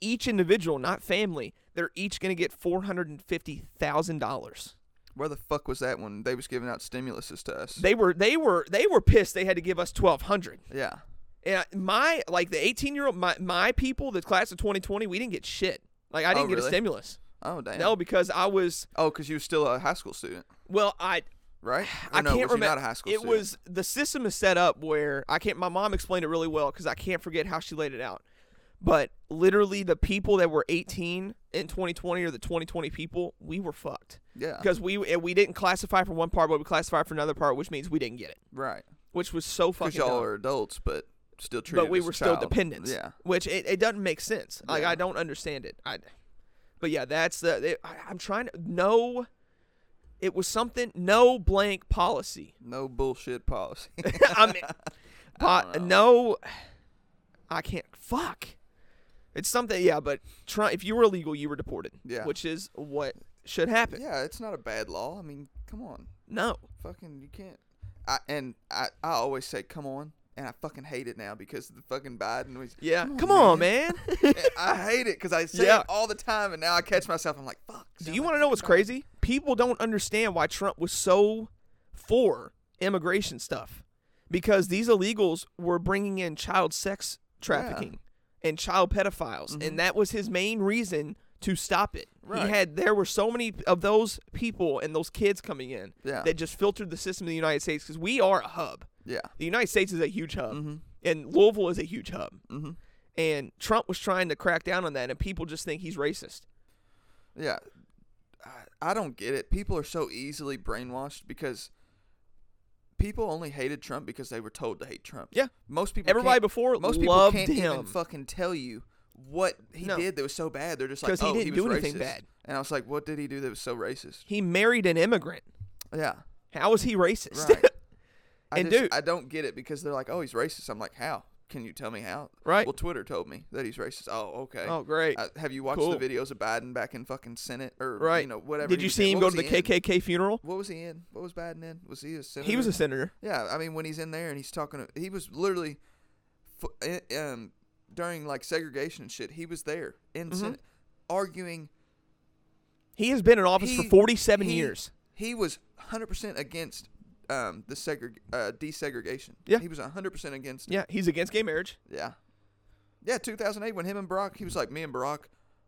each individual, not family, they're each going to get four hundred and fifty thousand dollars.
Where the fuck was that when they was giving out stimuluses to us?
They were they were they were pissed. They had to give us twelve hundred.
yeah.
And I- my like the eighteen year old my my people, the class of twenty twenty, we didn't get shit. Like I
Oh,
didn't get a
really?
stimulus.
Oh damn.
No, because I was
Oh, because you were still a high school student,
well, I
right? Or
I
no,
can't
was you
remember.
Not a high school
it
student?
was the system is set up where I can't. My mom explained it really well because I can't forget how she laid it out. But literally, the people that were 18 in 2020 or the 2020 people, we were fucked
Yeah.
because we and we didn't classify for one part, but we classified for another part, which means we didn't get it,
Right.
which was so
Because
fucking.
y'all
dumb.
are adults, but still treated.
but we
as a
were still
child.
dependents.
Yeah.
which it, it doesn't make sense. Like
Yeah.
I don't understand it. I, but yeah, that's the. It, I, I'm trying to no. It was something no blank policy.
No bullshit policy.
I mean, pot, no, I can't. Fuck. It's something, yeah, but try, if you were illegal, you were deported.
Yeah.
Which is what should happen.
yeah, it's not a bad law. I mean, come on,
No.
fucking, you can't. I and I, I always say come on, and I fucking hate it now because the fucking Biden was.
Yeah. Come on, man.
And I hate it because I say
Yeah.
it all the time, and now I catch myself. I'm like, fuck.
Do
sound
you
like
want to know what's
fucking Biden.
crazy? People don't understand why Trump was so for immigration stuff because these illegals were bringing in child sex trafficking and child pedophiles, and that was his main reason to stop it.
Mm-hmm. Right.
He had there were so many of those people and those kids coming in
Yeah.
that just filtered the system of the United States because we are a hub.
Yeah.
The United States is a huge hub,
Mm-hmm.
and Louisville is a huge hub. Mm-hmm. And Trump was trying to crack down on that, and people just think he's racist.
Yeah. I, I don't get it. People are so easily brainwashed because people only hated Trump because they were told to hate Trump.
Yeah.
most people.
Everybody
can't-
before
most people
loved
can't even
him.
fucking tell you what he
No.
did that was so bad. They're just like,
'Cause he
oh,
didn't
was
do anything
racist.
bad.
And I was like, what did he do that was so racist?
he married an immigrant.
Yeah,
How is he racist?
Right. I
And
just,
dude-
I don't get it because they're like, oh, he's racist. I'm like, how? Can you tell me how?
Right.
Well, Twitter told me that he's racist. Oh, okay.
Oh, great.
Uh, have you watched
Cool.
the videos of Biden back in fucking Senate or
right.
you know whatever?
Did
he
you
was in?
see him
What
go
was
to the
he in?
KKK funeral?
What was he in? What was Biden in? Was he a senator?
He was a senator.
Yeah, I mean, when he's in there and he's talking, to, he was literally, fu- i- um, during like segregation and shit, he was there in
Mm-hmm.
Senate arguing.
He has been in office
He,
for 47
he-
years.
He was 100% against um the segreg- uh, desegregation.
Yeah.
he was 100% against.
Yeah, he's against gay marriage.
Yeah, yeah. 2008 when him and Barack, he was like, me and Barack,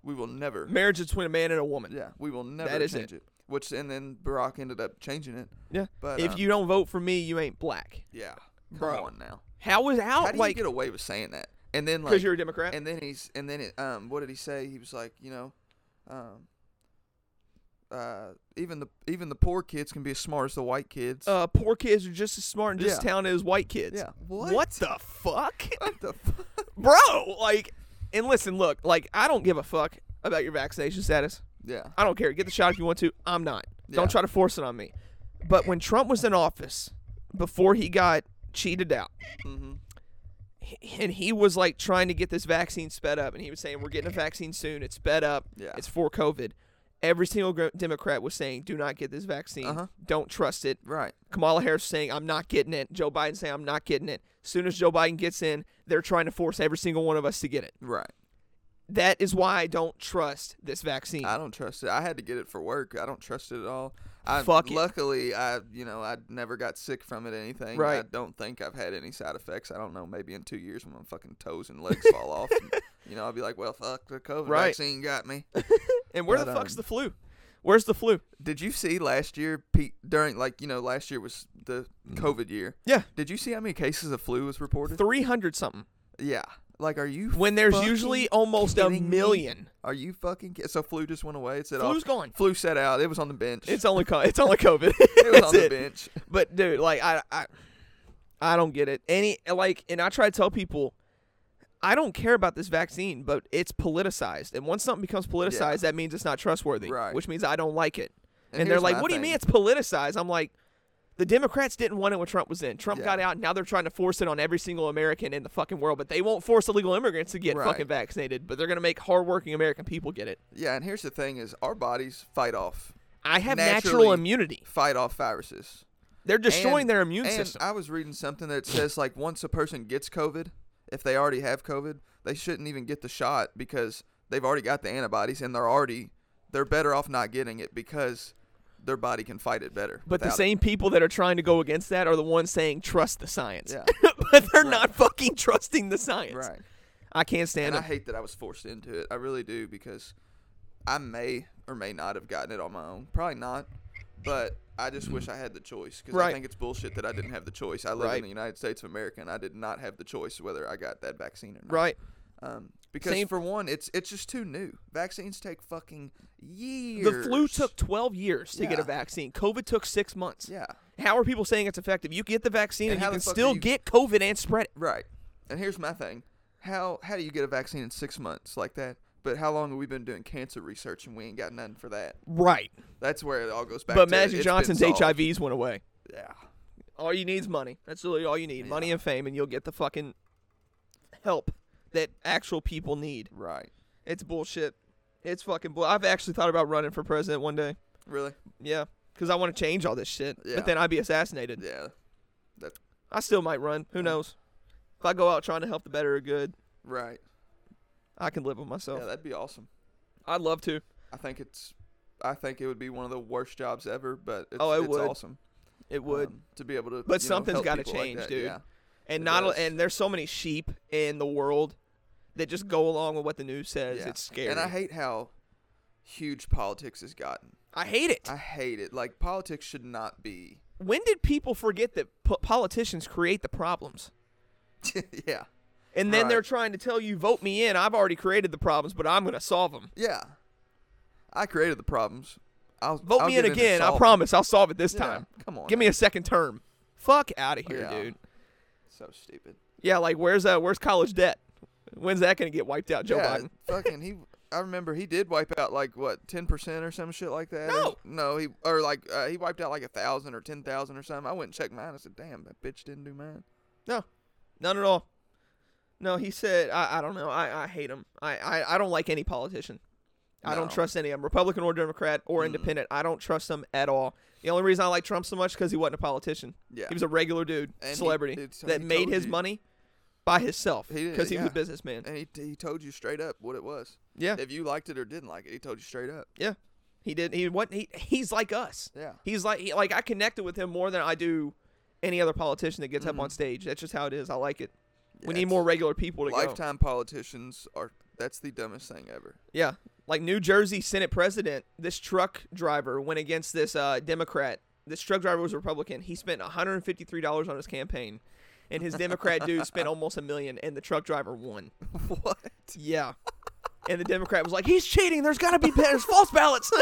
we will never.
Marriage is between a man and a woman.
Yeah, we will never
That is
change
it.
it. Which and then Barack ended up changing it.
Yeah.
But,
if
um,
you don't vote for me, you ain't black.
Yeah, come
Bro.
on now.
How is
How
out
do
like
you get away with saying that? And then like
because you're a Democrat?
And then he's and then it, um what did he say? He was like, you know, um uh even the even the poor kids can be as smart as the white kids.
uh, poor kids are just as smart and just
Yeah.
as talented as white kids.
Yeah.
What,
What?
the fuck,
What the fuck?
bro? Like, and listen, look, like I don't give a fuck about your vaccination status.
Yeah.
I don't care. Get the shot if you want to. I'm not.
Yeah.
Don't try to force it on me. But when Trump was in office, before he got cheated out,
Mm-hmm.
h- and he was like trying to get this vaccine sped up, and he was saying, We're getting a vaccine soon. It's sped up.
Yeah.
It's for COVID. Every single gr- Democrat was saying, Do not get this vaccine.
Uh-huh.
Don't trust it.
Right.
Kamala Harris saying, I'm not getting it. Joe Biden saying, I'm not getting it. As soon as Joe Biden gets in, they're trying to force every single one of us to get it.
Right.
That is why I don't trust this vaccine.
I don't trust it. I had to get it for work. I don't trust it at all. I
Fuck it.
luckily I you know, I never got sick from it or anything. I
Right.
don't think I've had any side effects. I don't know, maybe in two years when my fucking toes and legs fall off. and, you know, I'll be like, Well fuck the COVID
Right.
vaccine got me.
and where
but,
the fuck's
um,
the flu? Where's the flu?
Did you see last year Pete during like you know last year was the
Mm.
COVID year?
Yeah.
Did you see how many cases of flu was reported?
300 something.
yeah. Like, are you
When there's
fucking
usually almost a
kidding me?
million.
Are you fucking ki- so flu just went away? It's at
Flu's
off.
gone.
Flu set out. It was on the bench.
It's only co- it's only COVID.
it was
That's
on the
it.
bench.
But dude, like I I I don't get it. Any like and I try to tell people I don't care about this vaccine, but it's politicized. And once something becomes politicized, that means it's not trustworthy,
Right.
which means I don't like it. And,
And
they're
here's
like,
my
"What do you
thing.
mean it's politicized?" I'm like, "The Democrats didn't want it when Trump was in. Trump
Yeah.
got out, and now they're trying to force it on every single American in the fucking world, but they won't force illegal immigrants to get
Right.
fucking vaccinated, but they're going to make hardworking American people get it."
Yeah, and here's the thing: is our bodies fight off
I have natural
Naturally-
immunity.
fight off viruses.
They're destroying
And-
their immune
and
system.
I was reading something that says like once a person gets COVID, if they already have COVID, they shouldn't even get the shot because they've already got the antibodies and they're already they're better off not getting it because their body can fight it better.
But the
without it.
same people that are trying to go against that are the ones saying trust the science.
Yeah.
but they're not fucking trusting the science.
right?
I can't stand
And I
them.
hate that I was forced into it. I really do because I may or may not have gotten it on my own. Probably not, but I just wish I had the choice because
Right.
I think it's bullshit that I didn't have the choice. I live
Right.
in the United States of America and I did not have the choice whether I got that vaccine or not.
Right.
Um, because
Same-
for one, it's it's just too new. Vaccines take fucking years.
The flu took 12 years to get a
Yeah.
vaccine. COVID took six months.
Yeah.
How are people saying it's effective? You get the vaccine
And
and,
how
you
the
can
fuck do
still
you-
get COVID and spread it.
Right. And here's my thing: how how do you get a vaccine in six months like that? But how long have we been doing cancer research and we ain't got nothing for that?
Right.
That's where it all goes back.
but
to
Magic
it's been
Johnson's
solved.
HIVs went away.
Yeah.
All you need is money. That's really all you need. Money and fame, and you'll get the fucking help that actual people need.
Right.
It's bullshit. It's fucking bull. I've actually thought about running for president one day.
Really?
Yeah, because I want to change all this shit.
Yeah.
But then I'd be assassinated.
Yeah. That.
I still might run. Who knows? If I go out trying to help the better or good,
Right.
I can live with myself.
Yeah, that'd be awesome.
I'd love to.
I think it's. I think it would be one of the worst jobs ever, but it's,
Oh, it
it's
would.
awesome.
It would.
um, to be able to.
But
you know,
something's
help
gotta
people like
change,
that,
dude.
Yeah.
and
it
not al-
does.
and there's so many sheep in the world that just go along with what the news says.
Yeah.
It's scary.
And I hate how huge politics has gotten.
I hate it.
I hate it. Like politics should not be.
when did people forget that po- politicians create the problems?
yeah.
And then they're
Right.
trying to tell you, vote me in. I've already created the problems, but I'm going to solve them.
Yeah. I created the problems. I'll
Vote
I'll
me in
get into
again. I
solving.
promise I'll solve it this
Yeah,
time.
Come on,
Give me a second term. Fuck out of here,
Yeah.
dude.
so stupid.
Yeah, like where's uh where's college debt? When's that gonna get wiped out, Joe
yeah,
Biden?
fucking he. I remember he did wipe out like what ten percent or some shit like that. or-
No.
no, he or like uh, he wiped out like a thousand or ten thousand or something. I went and checked mine. I said, "Damn, that bitch didn't do mine."
No, none at all. No, he said I, I don't know. I, I hate him. I, I I don't like any politician. I don't
No.
trust any of them, Republican or Democrat or independent. I don't trust them at all. The only reason I like Trump so much because he wasn't a politician.
Yeah,
He was a regular dude,
And he-
celebrity
it's-
that
he
made
told
his
you.
money by himself
He did,
because he, was
yeah.
a businessman.
and he he told you straight up what it was.
Yeah,
If you liked it or didn't like it, he told you straight up.
yeah. He did. He what? He he's like us.
Yeah.
He's like he, like I connected with him more than I do any other politician that gets
Mm-hmm.
up on stage. That's just how it is. I like it.
Yeah,
we need
it's-
more regular people to go.
Lifetime politicians are that's the dumbest thing ever.
Yeah. Like New Jersey Senate president, this truck driver went against this uh, Democrat. This truck driver was a Republican. He spent $153 on his campaign, and his Democrat dude spent almost a million, and the truck driver won.
what?
Yeah. And the Democrat was like, he's cheating. There's got to be there's false ballots.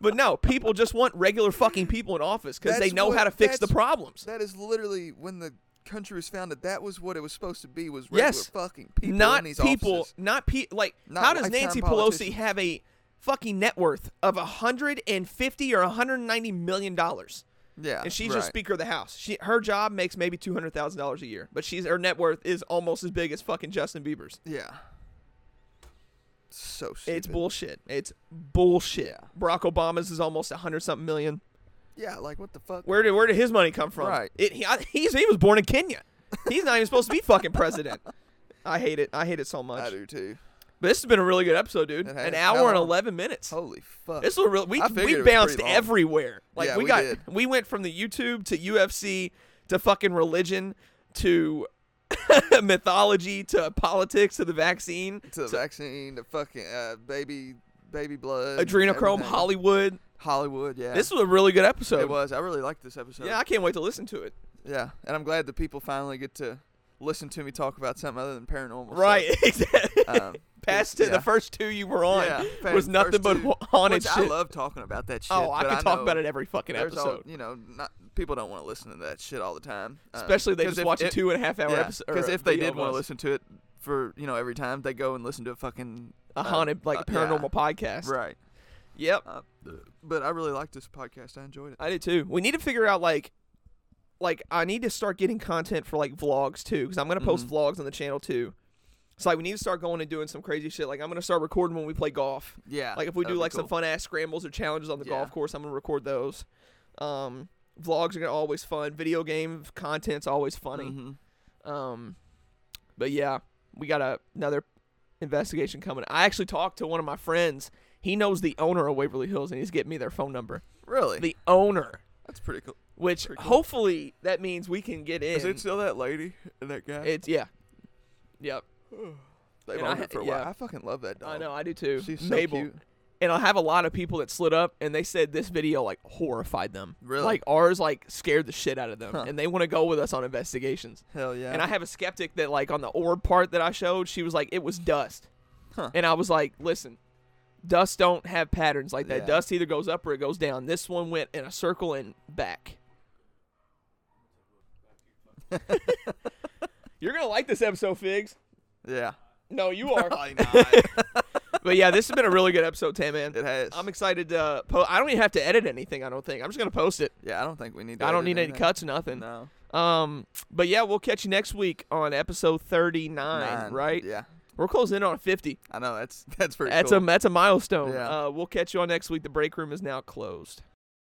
but no, people just want regular fucking people in office because they
That's
know
what-
how to fix the
that's-
problems.
That is literally when the country was founded. That was what it was supposed to be. Was regular
Yes.
fucking people
not
in these
people,
offices.
not pe Like,
Not
how does
lifetime
Nancy Pelosi
politicians.
have a fucking net worth of a hundred and fifty or hundred and ninety million dollars?
Yeah,
And she's
Ah, right.
just Speaker of the House. She her job makes maybe two hundred thousand dollars a year, but she's her net worth is almost as big as fucking Justin Bieber's.
Yeah. So stupid.
It's bullshit. It's bullshit.
Yeah.
Barack Obama's is almost a hundred something million.
Yeah, like what the fuck?
Where did where did his money come from?
Right.
It, he, I, he's he was born in Kenya. He's not even supposed to be fucking president. I hate it. I hate it so much.
I do too.
But this has been a really good episode, dude.
It
An
has. How
hour and
long?
eleven minutes.
Holy fuck.
This was real. We
I figured it
we
was pretty
bounced
long.
everywhere. Like
Yeah,
we
we
got
did.
we went from the YouTube to UFC to fucking religion to mythology to politics to the vaccine
to the vaccine, the fucking uh, baby, baby blood,
adrenochrome
everything.
Hollywood.
Hollywood. Yeah,
This was a really good episode.
it was. I really liked this episode.
Yeah, I can't wait to listen to it.
yeah, and I'm glad the people finally get to listen to me talk about something other than paranormal. stuff.
Right, exactly.
Um,
Past
yeah.
the first two you were on
Yeah,
was
first
nothing but
two,
haunted
which
shit.
I love talking about that shit.
oh, I
but
could talk
know
about it every fucking
there's all-
episode,
you know, not people don't want to listen to that shit all the time. Um,
especially they
'cause
just
if-
watch a
if-
two and a half hour
Yeah,
episode. or
if they
video
did
of
want to
us.
listen to it for you know every time, they go and listen to a fucking
a
uh,
haunted like
uh, yeah,
paranormal podcast.
right?
Yep.
Uh, but I really liked this podcast. I enjoyed it.
I did too. We need to figure out like like I need to start getting content for like vlogs too cuz I'm going to post
Mm-hmm.
vlogs on the channel too. So like we need to start going and doing some crazy shit. Like I'm going to start recording when we play golf.
Yeah,
Like if we
that'd
do
Uh, be
like some
cool.
fun ass scrambles or challenges on the golf
Yeah.
course, I'm going to record those. Um vlogs are gonna always fun. Video game content's always funny.
Mhm.
Um, but yeah, we got a, another investigation coming. I actually talked to one of my friends. He knows the owner of Waverly Hills, and he's getting me their phone number.
Really,
The owner,
that's pretty cool.
which
Pretty cool.
hopefully that means we can get in.
Is it still that lady and that guy?
it's yeah, yep.
They've
and I
owned
ha-
it for a
yeah.
while. I fucking love that dog.
I know, I do too.
She's so
Mabel.
cute.
And I have a lot of people that slid up, and they said this video like horrified them.
Really?
Like ours like scared the shit out of them,
Huh.
and they want to go with us on investigations.
Hell yeah.
And I have a skeptic that like on the orb part that I showed, she was like, it was dust.
Huh.
And I was like, listen, dust don't have patterns like that.
Yeah.
Dust either goes up or it goes down. This one went in a circle and back. You're gonna like this episode, Figs.
yeah.
No, you are.
Probably not.
but yeah, this has been a really good episode, Tam man.
it has.
I'm excited to uh, post. I don't even have to edit anything. I don't think. I'm just gonna post it.
yeah, I don't think we need. To
I don't
edit
need any
anything.
cuts or nothing.
No.
Um, but yeah, we'll catch you next week on episode 39,
Nine.
right?
Yeah.
We're closing in on 50.
I know that's that's pretty.
That's
cool.
a that's a milestone.
Yeah.
Uh, we'll catch you all next week. The break room is now closed.